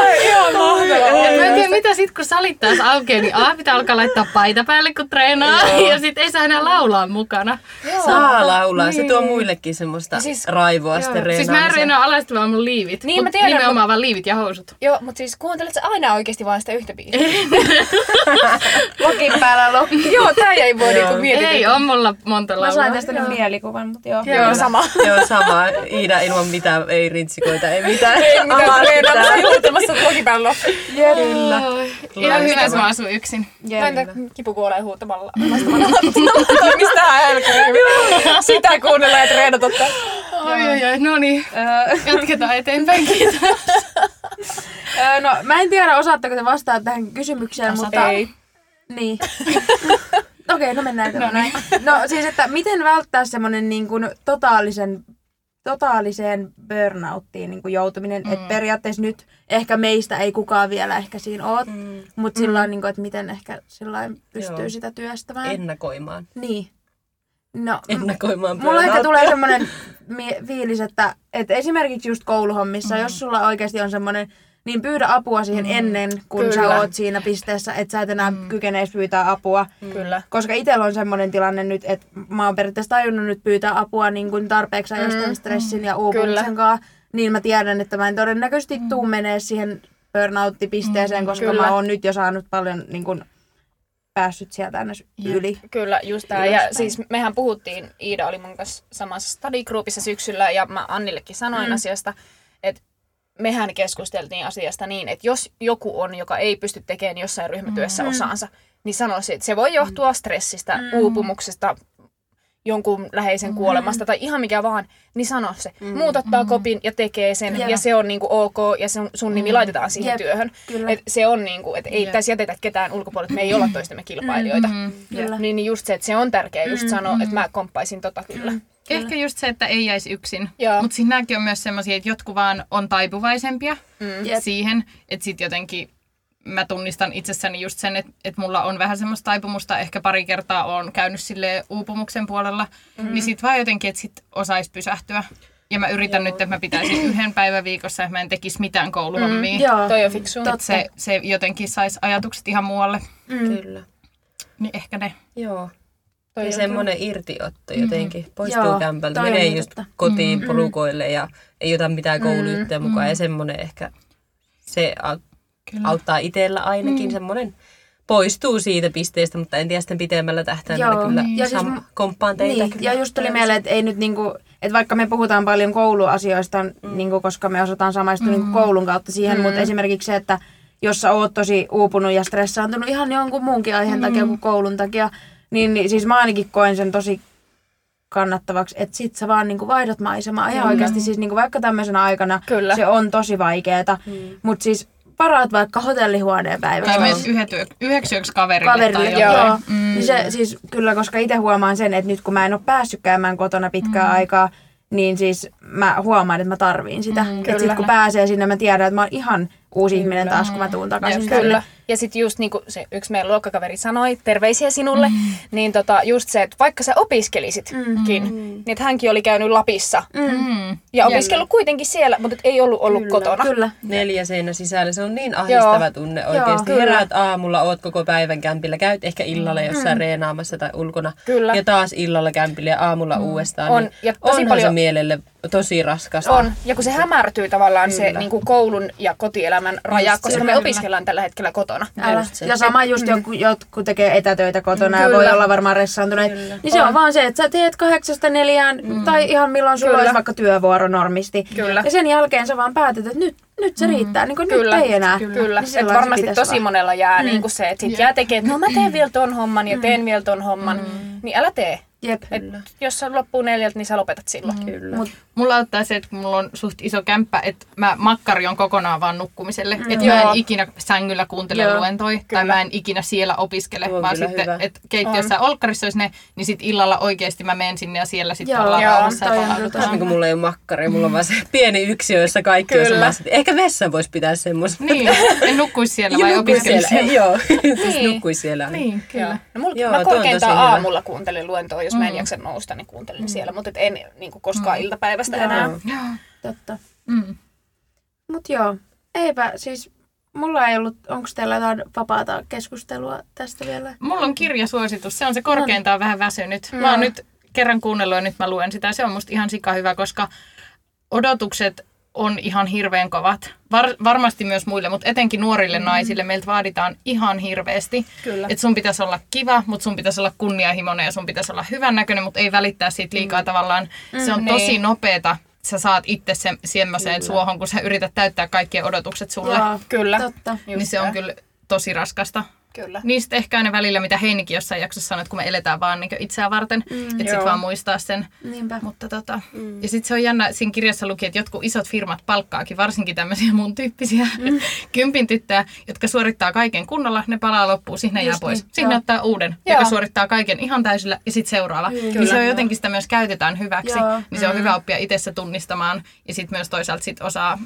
C: Ja mä en tiedä mitä sit kun salit taas aukeaa, niin A pitää alkaa laittaa paita päälle kun treenaa. Ja sit ei saa enää laulaa mukana.
A: Saa laulaa. Se tuo muillekin semmoista
B: siis-
A: raivoa sitten
C: Siis mä en
A: reenaamiseen.
C: reenaa alasti vaan mun liivit.
B: Niin, mä
C: Mut
B: tiedän,
C: Nimenomaan vaan liivit ja housut.
B: Joo, mutta siis kuuntelet sä aina oikeasti vaan sitä yhtä biisiä.
D: [laughs] Lokin päällä lokki.
B: Joo, tää jäi mua niinku
C: Ei
B: mietityt.
C: on mulla monta laulaa.
D: Mä sain tästä nyt mielikuvan, mutta joo.
B: Joo, sama.
A: [laughs] Joo, sama. Iida ilman mitään, ei rintsikoita, ei mitään.
B: Ei mitään
A: Ahaa,
B: treenaa, juuttamassa lokipäällä.
A: Kyllä.
C: Ihan hyvä, että mä asun yksin.
B: Mä en tiedä, kipu kuolee [laughs] huutamalla. vastamalla. Tai No, Mistä hän älkää. Sitä kuunnella ja treenata.
C: Oi, oi, oi. No niin,
D: Öö,
C: jatketaan eteenpäin. Kiitos.
D: öö, no, mä en tiedä, osaatteko te vastata tähän kysymykseen, mutta...
B: Ei.
D: [laughs] Niin. Okei, no mennään no, näin. No siis, että miten välttää semmoinen niin kuin totaalisen totaaliseen burnouttiin niin kuin joutuminen. Mm. Että periaatteessa nyt ehkä meistä ei kukaan vielä ehkä siinä ole, mm. mutta mm. sillä niin kuin, että miten ehkä sillä pystyy
A: Joo.
D: sitä työstämään.
A: Ennakoimaan.
D: Niin. No,
A: Ennakoimaan.
D: Mulla ehkä
A: burnout.
D: tulee semmoinen mie- fiilis, että, että esimerkiksi just kouluhommissa, mm. jos sulla oikeasti on semmoinen, niin pyydä apua siihen mm. ennen, kun Kyllä.
B: Kyllä.
D: sä oot siinä pisteessä, että sä et enää mm. kykene edes pyytää apua. Mm.
B: Kyllä.
D: Koska itsellä on semmoinen tilanne nyt, että mä oon periaatteessa tajunnut nyt pyytää apua niin kuin tarpeeksi ajasta mm. stressin ja uupumisen
B: Kyllä.
D: kanssa, niin mä tiedän, että mä en todennäköisesti mm. tuu menee siihen burnout-pisteeseen, koska
B: Kyllä.
D: mä oon nyt jo saanut paljon niin kuin, päässyt sieltä aina yli.
B: Kyllä, just tää. Ja siis mehän puhuttiin, Iida oli mun kanssa samassa studigroupissa syksyllä ja mä Annillekin sanoin mm. asiasta, että mehän keskusteltiin asiasta niin, että jos joku on, joka ei pysty tekemään jossain ryhmätyössä mm. osaansa, niin sanoisin, että se voi johtua stressistä, mm. uupumuksesta, jonkun läheisen kuolemasta tai ihan mikä vaan, niin sano se. Mm. Muut ottaa mm. kopin ja tekee sen
D: Jep.
B: ja se on niinku ok ja sun, sun nimi laitetaan siihen
D: Jep,
B: työhön.
D: kyllä.
B: Et se on niinku, että ei
C: Jep. Mm-hmm.
B: tässä jätetä ketään ulkopuolelle, me ei olla toistemme kilpailijoita. Mm.
D: Kyllä.
B: Niin niin just se, että se on tärkeä just sanoa, että mä komppaisin tota kyllä.
C: Ehkä just se, että ei jäisi yksin.
B: Joo.
C: Mutta nämäkin on myös semmoisia, että jotkut vaan on taipuvaisempia
D: Jep.
C: siihen, että sitten jotenkin mä tunnistan itsessäni just sen, että, että mulla on vähän semmoista taipumusta, ehkä pari Mm-hmm. kertaa on käynyt sille uupumuksen puolella, mm. niin sit vaan jotenkin, että sit osaisi pysähtyä. Ja mä yritän nyt, että mä pitäisin yhden päivän viikossa, että mä en tekisi mitään kouluhommia. Mm,
D: Joo.
B: Toi on fiksu.
D: Totta.
C: se, se jotenkin saisi ajatukset ihan muualle.
A: Kyllä.
C: Niin ehkä ne.
A: Joo.
B: Toi
A: Ja
B: on
A: semmoinen irtiotto jotenkin. Poistuu
D: Joo,
A: kämpältä,
D: toi on
A: menee
D: niin
A: just
D: totta.
A: kotiin porukoille ja ei ota mitään kouluyhtiä mukaan. Ja semmoinen ehkä, se au-
C: Kyllä.
A: Mm. auttaa itsellä ainakin semmoinen poistuu siitä pisteestä, mutta en tiedä sitten pitemmällä tähtäimellä
D: Joo.
A: kyllä.
D: Ja siis
A: Sam-
D: mu-
A: komppaan teitä
D: niin,
A: kyllä.
D: ja just tuli mieleen, että ei nyt niinku, että vaikka me puhutaan paljon kouluasioista, mm. niinku, koska me osataan samaistua mm. niinku koulun kautta siihen, mm. mutta esimerkiksi se, että jos sä oot tosi uupunut ja stressaantunut ihan jonkun muunkin aiheen mm. takia kuin koulun takia, niin, niin siis mä ainakin koen sen tosi kannattavaksi, että sit sä vaan niinku vaihdat maisemaa ihan oikeasti, siis niinku vaikka tämmöisenä aikana
B: Kyllä.
D: se on tosi vaikeeta, mm. mutta siis varaat vaikka hotellihuoneen päiväksi.
C: Tai myös yhdet yö- yhdeksi yöksi kaverille,
D: kaverille.
C: tai
D: Joo.
C: jotain.
D: Joo. Mm. Niin se, siis, kyllä, koska itse huomaan sen, että nyt kun mä en ole päässyt käymään kotona pitkää mm. aikaa, niin siis mä huomaan, että mä tarviin sitä. Mm, että sit kun pääsee sinne, mä tiedän, että mä oon ihan uusi kyllä. ihminen taas, kun mä tuun takaisin
B: Kyllä.
D: tänne.
B: Ja sitten just niin kuin se yksi meidän luokkakaveri sanoi, terveisiä sinulle, mm. niin tota, just se, että vaikka sä opiskelisitkin, mm. niin että hänkin oli käynyt Lapissa mm.
C: Mm.
B: ja opiskellut kuitenkin siellä, mutta et ei ollut ollut kotona.
D: Kyllä.
A: Neljä seinä sisällä. Se on niin ahdistava
B: Joo.
A: tunne oikeasti.
D: Joo, kyllä.
A: Heräät aamulla, oot koko päivän kämpillä, käyt ehkä illalla jossain mm. reenaamassa tai ulkona.
B: Kyllä.
A: Ja taas illalla kämpillä ja aamulla mm. uudestaan.
B: On.
A: Niin
B: Ja tosi
A: onhan se
B: paljon-
A: mielelle tosi raskasta.
B: On. Ja kun se hämärtyy tavallaan se niin kuin koulun ja kotielämän raja,
A: Just se,
B: koska me
A: kyllä.
B: opiskellaan tällä hetkellä kotona.
D: Älä.
A: Just se.
D: Ja sama just joku, jotkut tekee etätöitä kotona ja
B: Kyllä.
D: voi olla varmaan ressaantuneet. Niin se on vaan se, että sä teet kahdeksasta neljään mm. tai ihan milloin sulla
B: Kyllä.
D: olisi vaikka työvuoro normisti.
B: Kyllä.
D: Ja sen jälkeen sä vaan päätät, että nyt, nyt se riittää, niin kuin
B: Kyllä.
D: nyt ei enää.
B: Kyllä,
D: Niin
B: että
D: silloin se
B: varmasti
D: pitäisi
B: tosi
D: vaan.
B: monella jää mm. niin kuin se, että sit jää tekee, että no mä teen vielä ton homman ja teen vielä ton homman, mm. niin älä tee.
D: Jep.
B: Et jos se loppuu neljältä, niin sä lopetat silloin.
A: Mm.
B: Kyllä.
D: Mut
C: Mulla auttaa se, että kun mulla on suht iso kämppä, että mä makkari on kokonaan vaan nukkumiselle. Mm. Että mä en
B: Joo.
C: ikinä sängyllä kuuntele
D: Joo,
C: luentoja, tai mä en ikinä siellä opiskele,
A: Tuo on
C: vaan
A: kyllä
C: sitten,
A: hyvä.
C: että keittiössä ja olkkarissa olisi ne, niin sit illalla oikeasti mä menen sinne ja siellä sitten
D: Joo,
C: ollaan
B: joo,
C: rauhassa ja
D: toi on
A: Taas
C: palaudutaan.
A: niin kuin mulla ei ole makkari, mulla on vaan se pieni yksiö, jossa kaikki on
B: Kyllä.
A: samassa. Ehkä vessan voisi pitää semmoisen.
C: Niin, en nukkuisi
A: [laughs]
C: siellä vai opiskelisi siellä.
A: siellä. Joo, [laughs] siis nukkuisi siellä.
C: Niin,
B: Joo.
C: kyllä.
B: No mulla,
A: Joo,
B: Joo,
A: toi
B: mä
A: on
B: korkeintaan
A: tosi hyvä.
B: aamulla kuuntelin luentoa, jos mä en jaksa nousta, niin kuuntelin siellä. Mutta en niin kuin koskaan iltapäivästä enää.
C: Joo.
D: Totta.
C: Mm.
D: Mut joo, eipä siis, mulla ei ollut, onko teillä jotain vapaata keskustelua tästä vielä?
C: Mulla on kirjasuositus, se on se korkeintaan vähän väsynyt. Mä oon nyt kerran kuunnellut ja nyt mä luen sitä. Se on musta ihan sika hyvä, koska odotukset on ihan hirveän kovat. Var, varmasti myös muille, mutta etenkin nuorille mm. naisille meiltä vaaditaan ihan hirveästi.
B: Kyllä.
C: Että sun pitäisi olla kiva, mutta sun pitäisi olla kunnianhimoinen ja sun pitäisi olla hyvännäköinen, mutta ei välittää siitä liikaa tavallaan. Se on
B: Mm,
C: tosi
B: niin.
C: nopeeta. Sä saat itse sen, semmoiseen suohon, kun sä yrität täyttää kaikkien odotukset sulle.
D: Joo,
B: Kyllä.
D: Totta.
C: Niin se on kyllä tosi raskasta.
B: Kyllä.
C: Niistä ehkä aina välillä, mitä Heinikin jossain jaksossa sanoi, että kun me eletään vaan niin itseä varten, mm, että sit
B: Joo.
C: vaan muistaa sen.
D: Niinpä.
C: Mutta tota, mm. Ja sitten se on jännä, siinä kirjassa luki, että jotkut isot firmat palkkaakin, varsinkin tämmöisiä mun tyyppisiä mm. [laughs] kympin tyttöjä, jotka suorittaa kaiken kunnolla, ne palaa loppuun, sitten ne jää pois.
D: niin,
C: Niin, sitten ne
D: joo.
C: ottaa uuden, joo. joka suorittaa kaiken ihan täysillä ja sitten seuraava. Mm, niin se on jotenkin sitä myös käytetään hyväksi,
D: Joo.
C: joo. niin se on hyvä oppia itse se tunnistamaan ja sitten myös toisaalta sit osaa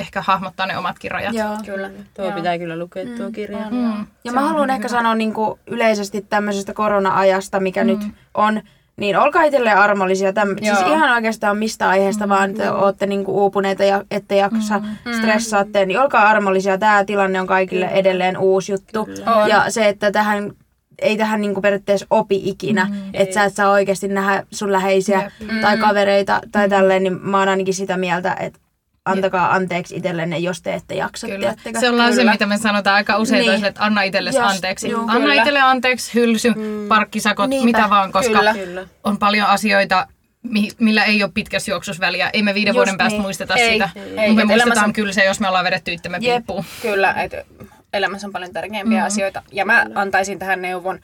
C: ehkä hahmottaa ne omatkin rajat.
D: Joo.
B: Kyllä.
A: Tuo pitää kyllä lukea tuo kirja.
C: Mm.
D: Ja mä haluan ehkä sanoa niin kuin yleisesti tämmöisestä korona-ajasta, mikä nyt on, niin olkaa itselleen armollisia. Täm, siis
B: Joo.
D: ihan oikeastaan mistä aiheesta vaan te ootte niin kuin uupuneita ja ette jaksa, stressaatte, niin olkaa armollisia. Tämä tilanne on kaikille edelleen uusi juttu.
B: On.
D: Ja se, että tähän ei tähän niinku periaatteessa opi ikinä, mm, että sä et saa oikeasti nähdä sun läheisiä tai kavereita tai tälleen, niin mä oon ainakin sitä mieltä, että antakaa anteeksi itsellenne, jos te ette jaksa.
C: Kyllä.
D: tiedättekö?
C: Se on lause, mitä me sanotaan aika usein
D: Niin.
C: niin. toisille, että anna itsellesi
D: Just,
C: anteeksi.
D: juu.
C: anna
B: Kyllä.
C: itselle anteeksi, hylsy, mm. parkkisakot,
D: Niinpä.
C: mitä vaan, koska
B: Kyllä.
A: Kyllä.
C: on paljon asioita, mi- millä ei ole pitkässä juoksussa väliä. Ei me viiden
D: Just
C: vuoden päästä
D: niin.
C: muisteta
B: Ei,
C: sitä.
B: ei,
C: Mutta
B: ei.
C: me
B: Et
C: muistetaan
B: elämässä-
C: kyllä se, jos me ollaan vedetty itsemme
D: Jep.
C: piippuun.
B: Kyllä, että elämässä on paljon tärkeämpiä mm. asioita. Ja mä Kyllä. antaisin tähän neuvon,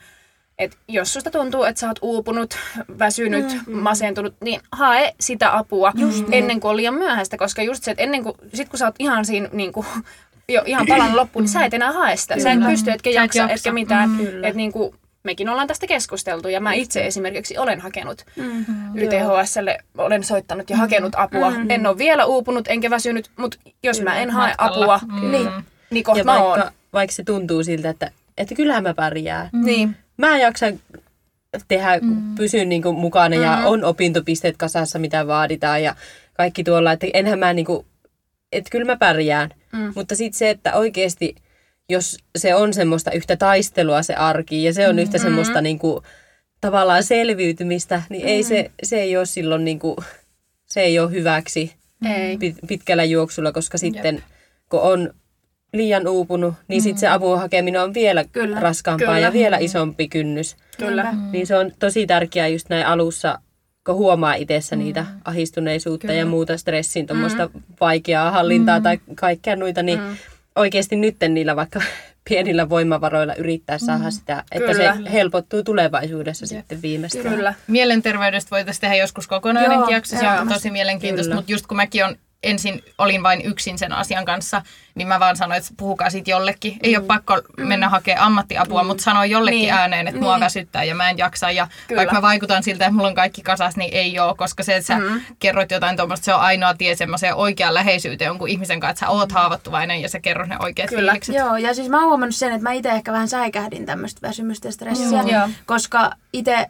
B: että jos susta tuntuu, että sä oot uupunut, väsynyt, mm. masentunut, niin hae sitä apua just niin. ennen kuin on liian myöhäistä. Koska just se, että ennen kuin, sit kun sä oot ihan siinä niin kuin, jo ihan [clears throat] palan loppuun, niin sä et enää hae sitä. Sä et pysty, etkä
C: Sä et
B: jaksa,
C: jaksa.
B: etkä mitään. Mm. niin. Et niin kuin, mekin ollaan tästä keskusteltu ja mä itse esimerkiksi olen hakenut Mm-hmm. YTHSlle, olen soittanut ja hakenut apua. En ole vielä uupunut enkä väsynyt, mutta jos Mm-hmm. mä en hae
C: matkalla.
B: apua, niin, niin kohta
A: Ja
B: mä oon.
A: vaikka, vaikka se tuntuu siltä, että, että kyllähän mä pärjään.
B: Niin,
A: Mä jaksan niinku Mm-hmm. tehdä, mm. pysyn niin kuin mukana ja on opintopisteet kasassa, mitä vaaditaan ja kaikki tuolla, että enhän mä niinku, että kyllä mä pärjään. Mm. Mutta sitten se, että oikeasti jos se on semmoista yhtä taistelua se arki ja se on yhtä mm-hmm. semmoista niinku, tavallaan selviytymistä, niin mm-hmm. ei se, se ei ole silloin niinku, se ei ole hyväksi
B: Ei.
A: pit- pitkällä juoksulla, koska sitten kun on liian uupunut, niin sitten se avun hakeminen on vielä
D: Kyllä.
A: raskaampaa
B: Kyllä.
A: ja vielä isompi kynnys.
B: Kyllä.
D: Niinpä.
A: Niin se on tosi tärkeää just näin alussa, kun huomaa itsessä niitä ahistuneisuutta ja muuta stressin, tuommoista vaikeaa hallintaa tai kaikkea noita, niin oikeasti nytten niillä vaikka [laughs] pienillä voimavaroilla yrittää saada sitä, että
B: Kyllä.
A: se helpottuu tulevaisuudessa sitten viimeistään.
B: Kyllä.
C: Mielenterveydestä voitaisiin tehdä joskus kokonainen
D: Joo,
C: jakso, se on
D: ehdottomasti.
C: tosi mielenkiintoista,
A: Kyllä.
C: mutta just kun mäkin on ensin olin vain yksin sen asian kanssa, niin mä vaan sanoin, että puhukaa siitä jollekin. Mm. Ei ole pakko mennä hakemaan ammattiapua, mm. mutta sanoin jollekin niin.
B: Niin.
C: ääneen, että niin. mua väsyttää ja mä en jaksa. Ja Kyllä.
B: Kyllä.
C: vaikka mä vaikutan siltä, että mulla on kaikki kasas, niin ei ole, koska se, että sä mm. kerrot jotain tuommoista, se on ainoa tie semmoiseen oikeaan läheisyyteen jonkun ihmisen kanssa, että sä oot haavoittuvainen ja sä kerrot ne oikeat
B: Kyllä.
C: fiilikset.
D: Joo, ja siis mä oon huomannut sen, että mä itse ehkä vähän säikähdin tämmöistä väsymystä ja stressiä,
B: Joo. Joo.
D: koska itse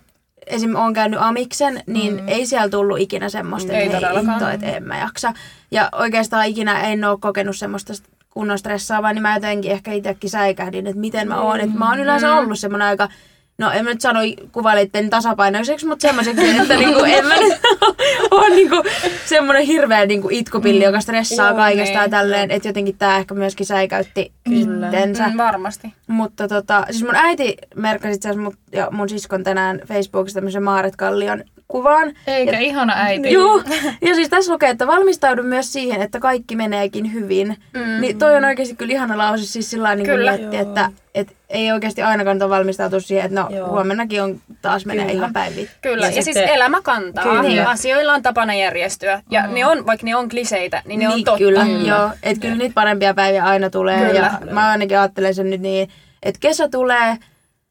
D: esim. oon käynyt amiksen, niin mm. ei siellä tullut ikinä semmoista,
B: Ei
D: että hei
B: todellakaan.
D: hitto, että en mä jaksa. Ja oikeastaan ikinä en oo kokenut semmoista st- kunnon stressaavaa, niin mä jotenkin ehkä itsekin säikähdin, että miten mä oon. Että mä oon
B: Mm.
D: yleensä ollut semmoinen aika, no en mä nyt sano kuvailijoiden tasapainoiseksi, mutta semmoiseksi,
B: [laughs]
D: että niinku, en mä nyt [laughs] ole niinku semmoinen hirveä niinku itkupilli, joka stressaa
B: Mm. Joo,
D: kaikesta ja
B: niin.
D: tälleen. Että jotenkin tämä ehkä myöskin säikäytti itsensä.
B: Mm, varmasti.
D: Mutta tota, siis mun äiti merkkasi itse asiassa mut ja mun siskon tänään Facebookissa tämmöisen Maaret Kallion kuvan.
C: Eikä,
D: ja,
C: ihana äiti.
D: Juu. Ja siis tässä lukee, että valmistaudu myös siihen, että kaikki meneekin hyvin. Mm. Niin toi on oikeasti kyllä ihana lause siis sillä niin
B: Kyllä.
D: miettiä, että, että ei oikeasti aina kannata valmistautua siihen, että no
A: Joo.
D: huomennakin on taas menee
A: Kyllä.
D: ihan päin vittu.
B: Kyllä, ja,
A: Ja
B: siis
A: sitten-
B: elämä kantaa.
A: Kyllä.
B: Kyllä. Asioilla on tapana järjestyä. Ja ne on, vaikka ne on kliseitä, niin ne on totta.
D: Kyllä, joo. Että kyllä niitä parempia päiviä aina tulee.
B: Kyllä.
D: Kyllä. Ja mä ainakin ajattelen sen nyt niin, että kesä tulee,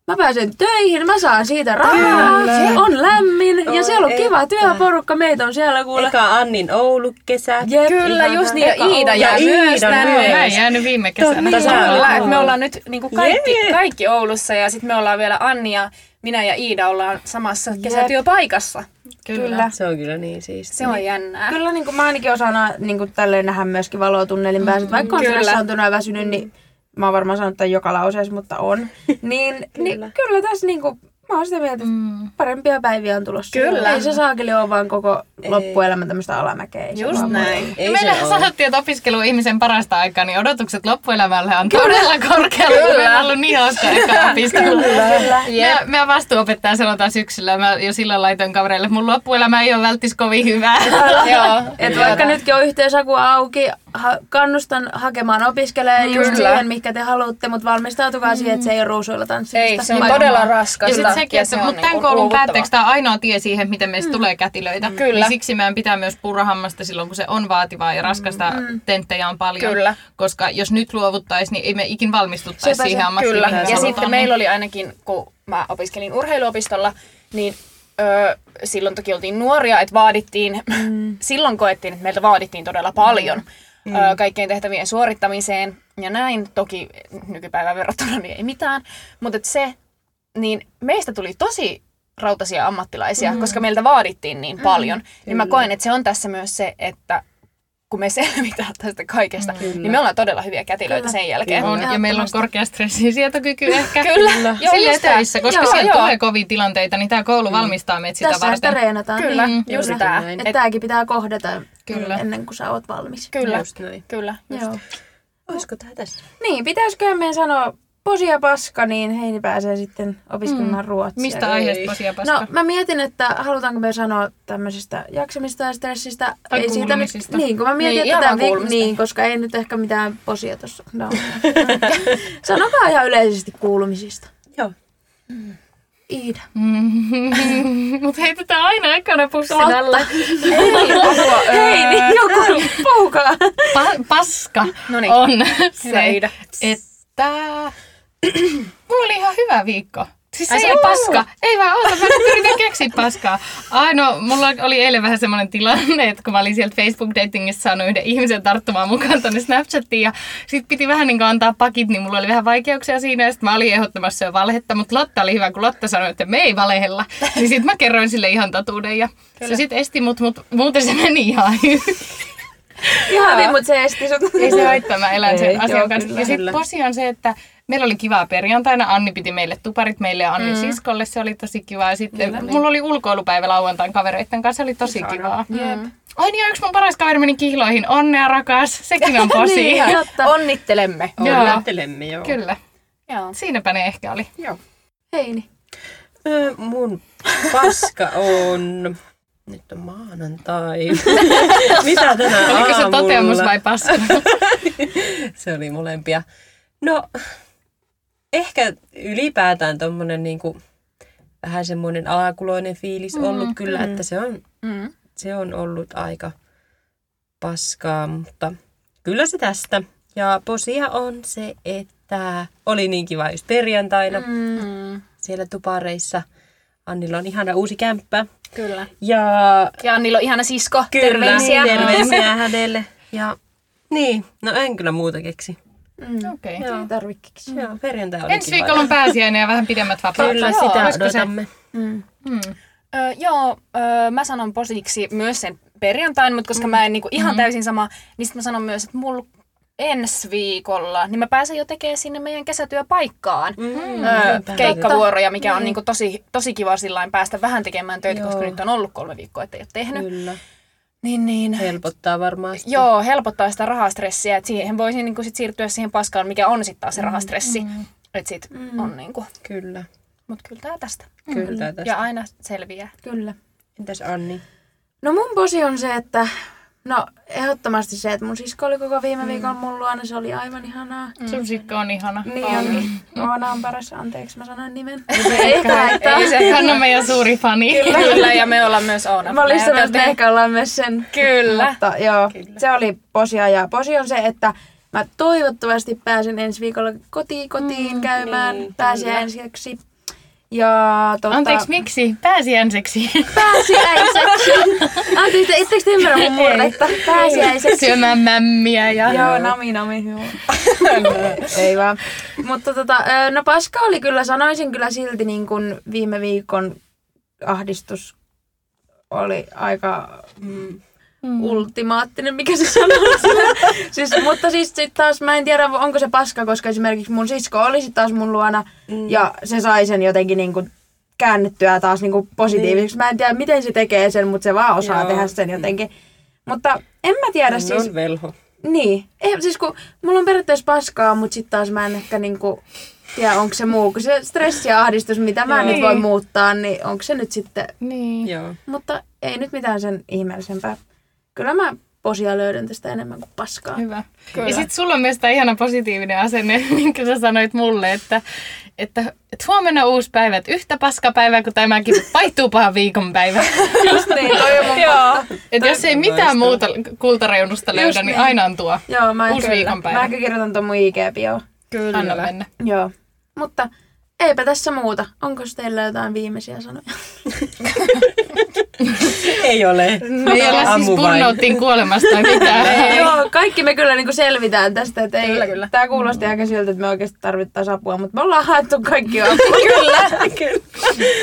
D: mä pääsen töihin, mä saan siitä rahaa,
A: Kyllä.
D: on lämmin ja
A: Oi,
D: siellä on kiva
A: että.
D: työporukka, meitä on siellä kuule.
A: Eka Annin Oulu-kesä.
D: Jep,
B: Kyllä,
D: ihana.
B: just niin. Ja
D: Eka
B: Iida
D: Oulu.
B: jää
A: Ja
B: myös
A: Iida
B: tänne.
A: myös.
C: Mä en jäänyt viime kesänä.
A: Tasa-
B: Kyllä,
A: Oulu.
B: että me ollaan nyt niin kuin kaikki,
A: Jee.
B: kaikki Oulussa ja sitten me ollaan vielä Anni ja minä ja Iida ollaan samassa kesätyöpaikassa.
D: Kyllä.
A: Se on kyllä niin siistiä.
B: Se on jännää.
D: Kyllä niin kuin mä ainakin osaan a- niin kuin tälleen nähdä myöskin valotunnelin pääset. Vaikka on
B: Mm, Kyllä.
D: stressaantunut ja väsynyt, niin mä oon varmaan sanonut tämän joka lauseessa, mutta
B: [laughs]
D: on. Niin kyllä, niin, kyllä tässä niin kuin, mä oon sitä mieltä, että
C: Mm.
D: parempia päiviä on tulossa.
B: Kyllä.
D: Ei se saakeli ole vaan koko loppuelämä tämmöistä alamäkeä. Ei se
B: Just
D: vaan [laughs]
B: näin.
A: Ei
C: No Meillä
A: se ole.
C: sanottiin, että opiskelu on ihmisen parasta aikaa, niin odotukset loppuelämälle on todella korkealla.
B: Kyllä.
C: Kyllä. on ollut niin hauska eka opiskelu.
D: Kyllä.
C: Mä, mä vastuunopettaja sanotaan syksyllä. Mä jo silloin laitoin kavereille, mun loppuelämä ei ole välttis kovin hyvää.
B: [laughs] Joo.
D: Et vaikka nytkin on yhteensaku auki, ha- kannustan hakemaan opiskelemaan just
B: Kyllä.
D: siihen, mikä te haluatte, mutta valmistautukaa siihen, että se ei ole ruusuilla tanssimista.
B: Ei, se on
D: Vaikka-
B: todella raskasta.
C: Ja sitten sekin, että
B: on
C: mut tämän
B: niinku
C: koulun
B: luovuttavaa.
C: päätteeksi tämä on ainoa tie siihen, miten meistä tulee kätilöitä.
B: Kyllä.
C: Niin siksi meidän pitää myös purrahammasta silloin, kun se on vaativaa ja raskasta tenttejä on paljon.
B: Kyllä.
C: Koska jos nyt luovuttaisiin, niin ei me ikin valmistuttaisi
D: Sepä se.
C: siihen ammattiin.
B: Kyllä.
C: mihin
B: Ja
C: halutaan,
B: sitten
C: niin-
B: meillä oli ainakin, kun mä opiskelin urheiluopistolla, niin öö, silloin toki oltiin nuoria, että vaadittiin, mm. [laughs] silloin koettiin, että meiltä vaadittiin todella paljon mm. öö, kaikkien tehtävien suorittamiseen ja näin. Toki nykypäivään verrattuna niin ei mitään, mutta et se, niin meistä tuli tosi rautaisia ammattilaisia, mm. koska meiltä vaadittiin niin paljon. Niin mä koen, että se on tässä myös se, että kun me [laughs] selvitään tästä kaikesta, mm. niin me ollaan todella hyviä kätilöitä
D: Kyllä.
B: sen jälkeen.
A: Kyllä.
C: On, ja meillä on
D: Ehdottomasti.
C: korkea stressinsietokyky ehkä.
B: Kyllä. Joo,
C: Silleen
B: just tää.
C: töissä, koska
B: Joo,
C: siellä
B: joo. Mm.
C: tulee kovia tilanteita, niin tämä koulu valmistaa meitä sitä
D: Tässä sitä
C: varten.
D: reenataan.
B: Kyllä,
D: Niin.
B: just
A: Kyllä.
B: tää.
A: Näin.
D: Että tämäkin pitää kohdata
C: Kyllä.
D: ennen kuin sä oot valmis.
B: Kyllä,
A: Just näin.
B: kyllä.
D: Joo.
A: Olisiko tämä tässä?
D: Niin, pitäisikö meidän sanoa posi ja paska, niin Heini pääsee sitten opiskelemaan ruotsia.
C: Mistä
A: Ei.
C: aiheesta posia paska?
D: No, mä mietin, että halutaanko me sanoa tämmöisestä jaksamista ja stressistä.
C: Tai
D: ei siitä nyt,
C: kuulumisista.
D: niin, kun mä mietin,
B: Niin,
D: että
B: ihan
D: tämän
B: vaan
D: vi-
B: kuulumista.
D: niin, koska ei nyt ehkä mitään posia tuossa. No. [laughs] Sanokaa ihan yleisesti kuulumisista.
A: Joo.
D: Iida.
C: Mut heitetään aina ekana pussin
D: Totta.
C: alla.
D: [laughs] Hei, niin joku, puhukaa.
C: Pa- paska
B: Noniin.
C: on
B: Hyvä,
C: se,
B: Iida.
C: [clears throat] että mulla oli ihan hyvä viikko. Siis Ai, se ei ole paska. Ei vaan oota, mä nyt yritän keksiä paskaa. Ai no, mulla oli eilen vähän semmoinen tilanne, että kun mä olin sieltä Facebook-datingissa saanut yhden ihmisen tarttumaan mukaan tonne Snapchattiin ja sit piti vähän niin kuin antaa pakit, niin mulla oli vähän vaikeuksia siinä ja sit mä olin ehdottamassa jo valhetta, mutta Lotta oli hyvä, kun Lotta sanoi, että me ei valehella. Niin sit mä kerroin sille ihan totuuden ja Kyllä. se sit esti mut, mut muuten se meni ihan hyvin.
D: Ihan hyvin, mutta se esti sut.
C: Ei se haittaa, mä elän sen
D: Ei, joo,
C: asian kanssa.
D: kyllä,
C: Ja
A: kyllä.
C: sitten posi on se, että meillä oli kivaa perjantaina. Anni piti meille tuparit meille ja Anni mm. siskolle. Se oli tosi kivaa. Ja sitten Kyllä, mulla oli ulkoilupäivä lauantain kavereiden kanssa. Se oli tosi Ihana. kivaa. Mm. Ai niin, ja yksi mun paras kaveri meni kihloihin. Onnea rakas. Sekin
D: [laughs]
C: on posi.
D: Niin, ihan. Totta.
B: Onnittelemme.
C: Joo.
A: Lähtelemme joo.
C: Kyllä.
B: Joo.
C: Siinäpä ne ehkä oli.
A: Joo.
D: Heini.
A: Öö, mun paska on... Nyt on
C: [laughs]
A: maanantai. Mitä tänään
C: Oliko se
A: aamulla?
C: toteamus vai paska? [laughs]
A: se oli molempia. No, ehkä ylipäätään tommonen niinku vähän semmoinen alakuloinen fiilis ollut mm, kyllä, mm. että se on,
B: Mm.
A: se on ollut aika paskaa, mutta kyllä se tästä. Ja posia on se, että oli niin kiva just perjantaina mm. siellä tupareissa. Annilla on ihana uusi kämppä.
B: Kyllä.
A: Ja
B: Ja Annilla on ihana sisko.
A: Kyllä, Niin,
B: Terveisiä.
A: [laughs] terveisiä hänelle. Ja, niin, no en kyllä muuta keksi.
C: Okei. Okay.
A: Joo,
D: Tarvikkeeksi.
A: joo perjantai oli
C: Ensi
A: kiva.
C: viikolla on pääsiäinen ja vähän pidemmät vapaat.
A: Kyllä,
B: Joo,
A: sitä
C: olisiko se?
A: odotamme.
B: Öö, joo, öö, mä sanon posiksi myös sen perjantain, mutta koska mm. mä en niinku ihan mm-hmm. täysin sama, niin sit mä sanon myös, että mulla ensi viikolla, niin mä pääsen jo tekemään sinne meidän kesätyöpaikkaan mm, öö,
A: niinpä.
B: keikkavuoroja, mikä on niinku tosi, tosi kiva sillain päästä vähän tekemään töitä, Joo. koska
A: Joo.
B: nyt on ollut kolme viikkoa, ettei ole
C: No.
B: tehnyt.
A: Kyllä,
B: Niin, niin.
A: helpottaa varmaan. sitä.
B: Joo, helpottaa sitä rahastressiä, että siihen voisi niinku sit siirtyä siihen paskaan, mikä on sitten taas se rahastressi. Mm. Että sit mm. on niinku,
A: Kyllä,
B: mut kyllä tää tästä.
C: Mm.
A: kyllä
B: tästä.
A: tästä.
B: Ja aina selviää.
D: Kyllä.
A: Entäs Anni?
D: No mun posi on se, että... No, ehdottomasti se, että mun sisko oli koko viime viikolla mun luona. Se oli aivan ihanaa.
C: Sun sikko on ihana.
D: Niin on. Oona on paras. Anteeksi, mä sanoin nimen.
C: Ei
D: haittaa.
C: Hän on meidän suuri fani.
B: Kyllä, ja me ollaan myös Oona.
D: Mä olin sanonut, että me
B: Meidän-
D: ehkä ollaan myös sen.
B: Kyllä.
D: Mutta joo, Kyllä. se oli posia. Ja posi on se, että mä toivottavasti pääsen ensi viikolla kotiin kotiin mm, käymään niin, pääsiäiseksi. Ja tota- totta,
C: Anteeksi, miksi? Pääsiäiseksi.
D: pääsiäiseksi. Anteeksi, te ettekö te ymmärrä mun murretta? Pääsiäiseksi.
C: Syömään mämmiä ja...
D: Joo, nami nami. Joo. [laughs] Ei vaan. Mutta tota, ö, no paska oli kyllä, sanoisin kyllä silti niin kuin viime viikon ahdistus oli aika mm, ultimaattinen, mikä se sanoo. [laughs] siis, mutta siis sit taas mä en tiedä, onko se paska, koska esimerkiksi mun sisko oli sit taas mun luona mm. ja se sai sen jotenkin niin kuin käännettyä taas niin kuin positiiviseksi. Mä en tiedä, miten se tekee sen, mutta se vaan osaa Joo. Mm.
A: Joo.
D: tehdä sen jotenkin. Mutta en mä tiedä
A: Hän
D: siis...
A: on velho.
D: Niin. Ei, siis kun mulla on periaatteessa paskaa, mutta sitten taas mä en ehkä niinku tiedä, onko se muu. Kun se stressi ja ahdistus, mitä mä
A: Joo.
D: nyt voin muuttaa, niin onko se nyt sitten...
C: Niin. [laughs]
A: Joo.
D: Mutta ei nyt mitään sen ihmeellisempää. Kyllä mä posia löydän tästä enemmän kuin paskaa.
C: Hyvä.
B: Kyllä.
C: Kyllä. Ja sitten sulla on myös tämä ihana positiivinen asenne, [laughs] minkä sä sanoit mulle, että, että, että huomenna uusi päivä, että yhtä paskapäivää kuin tämäkin, mutta vaihtuu paha [laughs] viikonpäivä.
D: Just niin, toi on mun Joo.
C: Että jos ei mitään muuta kultareunusta löydä, niin aina on tuo.
D: Joo, mä,
C: Uusi
D: kyllä,
C: viikonpäivä.
D: mä ehkä kirjoitan ton mun ig -bioon.
A: Kyllä.
C: Anna mennä.
D: Joo. Mutta eipä tässä muuta. Onko teillä jotain viimeisiä sanoja?
A: Ei ole.
C: Me ei olla siis
A: Ammu vain. [laughs]
C: burnouttiin kuolemasta [laughs] tai mitään.
D: Joo, kaikki me kyllä niin selvitään tästä. Että ei,
B: Kyllä, kyllä.
D: Tämä kuulosti aika siltä, että me oikeasti tarvittaisiin apua, mutta me ollaan haettu kaikki
B: [laughs]
D: apua.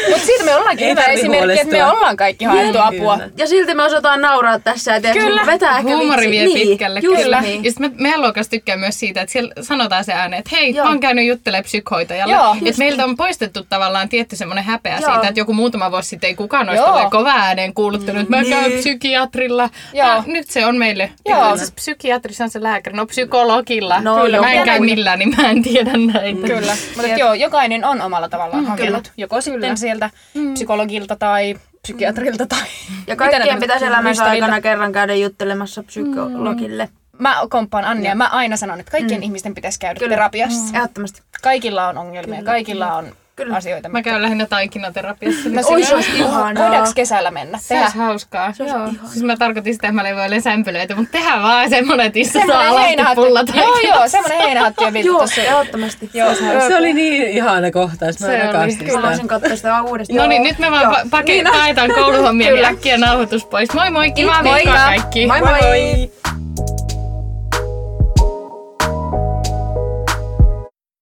B: Mutta siitä me ollaankin
A: Ei
B: hyvä
A: tarvi
B: esimerkki, että me
A: huolestua.
B: ollaan kaikki haettu apua.
A: Kyllä.
D: ja silti me osataan nauraa tässä. Ja tiedätkö,
B: Kyllä.
D: vetää ehkä
C: Huumori vie
D: vitsi. niin,
C: pitkälle.
D: Just
C: kyllä.
D: Niin.
C: Ja sitten meidän luokas tykkää myös siitä, että siellä sanotaan se ääneen, että hei,
D: Joo. niin.
C: Joo. mä oon käynyt juttelemaan psykhoitajalle.
B: Joo,
C: että meiltä on poistettu tavallaan tietty semmoinen häpeä
D: Joo.
C: siitä, että joku muutama vuosi sitten ei kukaan olisi
B: Joo.
C: Joo. kova ääneen kuuluttanut, että mä
D: Niin.
C: käyn psykiatrilla.
B: Joo.
C: Ja nyt se on meille.
B: Joo.
C: Joo. Siis psykiatrissa on se lääkäri, no psykologilla.
D: No,
C: kyllä, mä
D: joku.
C: en käy millään, niin mä en tiedä näitä.
B: Kyllä. Mutta joo, jokainen on omalla tavallaan
D: Mm,
B: hakenut. Joko sitten sieltä psykologilta tai psykiatrilta tai...
D: Ja
B: Mitä
D: kaikkien
B: ne
D: pitäisi
B: tämmöset
D: elämänsä
B: ystäviltä?
D: aikana kerran käydä juttelemassa psykologille.
B: Mä komppaan Annia.
D: Mm.
B: Mä aina sanon, että kaikkien ihmisten pitäisi käydä terapiassa.
D: Ehdottomasti.
B: Kaikilla on ongelmia, kaikilla on
D: Kyllä.
B: asioita.
C: Mä käyn lähinnä taikinaterapiassa. Niin
D: Oi, se olisi ihanaa.
B: Voidaanko kesällä mennä?
C: se
B: Tehdään
C: olisi hauskaa.
D: olisi
C: Joo.
D: ihanaa.
C: Siis mä tarkoitin sitä, että mä levoilen sämpylöitä, mutta tehdään vaan semmoinen, että Issa saa
B: semmoinen heinähattu.
C: laskupulla
B: Joo, joo, semmoinen heinähattu ja
D: Joo,
B: viltu se.
D: ehdottomasti.
B: Joo,
A: Se oli niin ihana kohtaus. Mä
C: Se oli.
A: rakastin
D: Kyllä mä
A: sitä.
D: sen katsoa sitä vaan uudestaan.
C: [laughs] No niin, nyt me vaan pa- pake- paetaan kouluhommia niin äkkiä nauhoitus pois. Moi moi, kivaa
B: Moikka.
C: viikkoa kaikki.
D: Moi moi! moi.
A: Moi!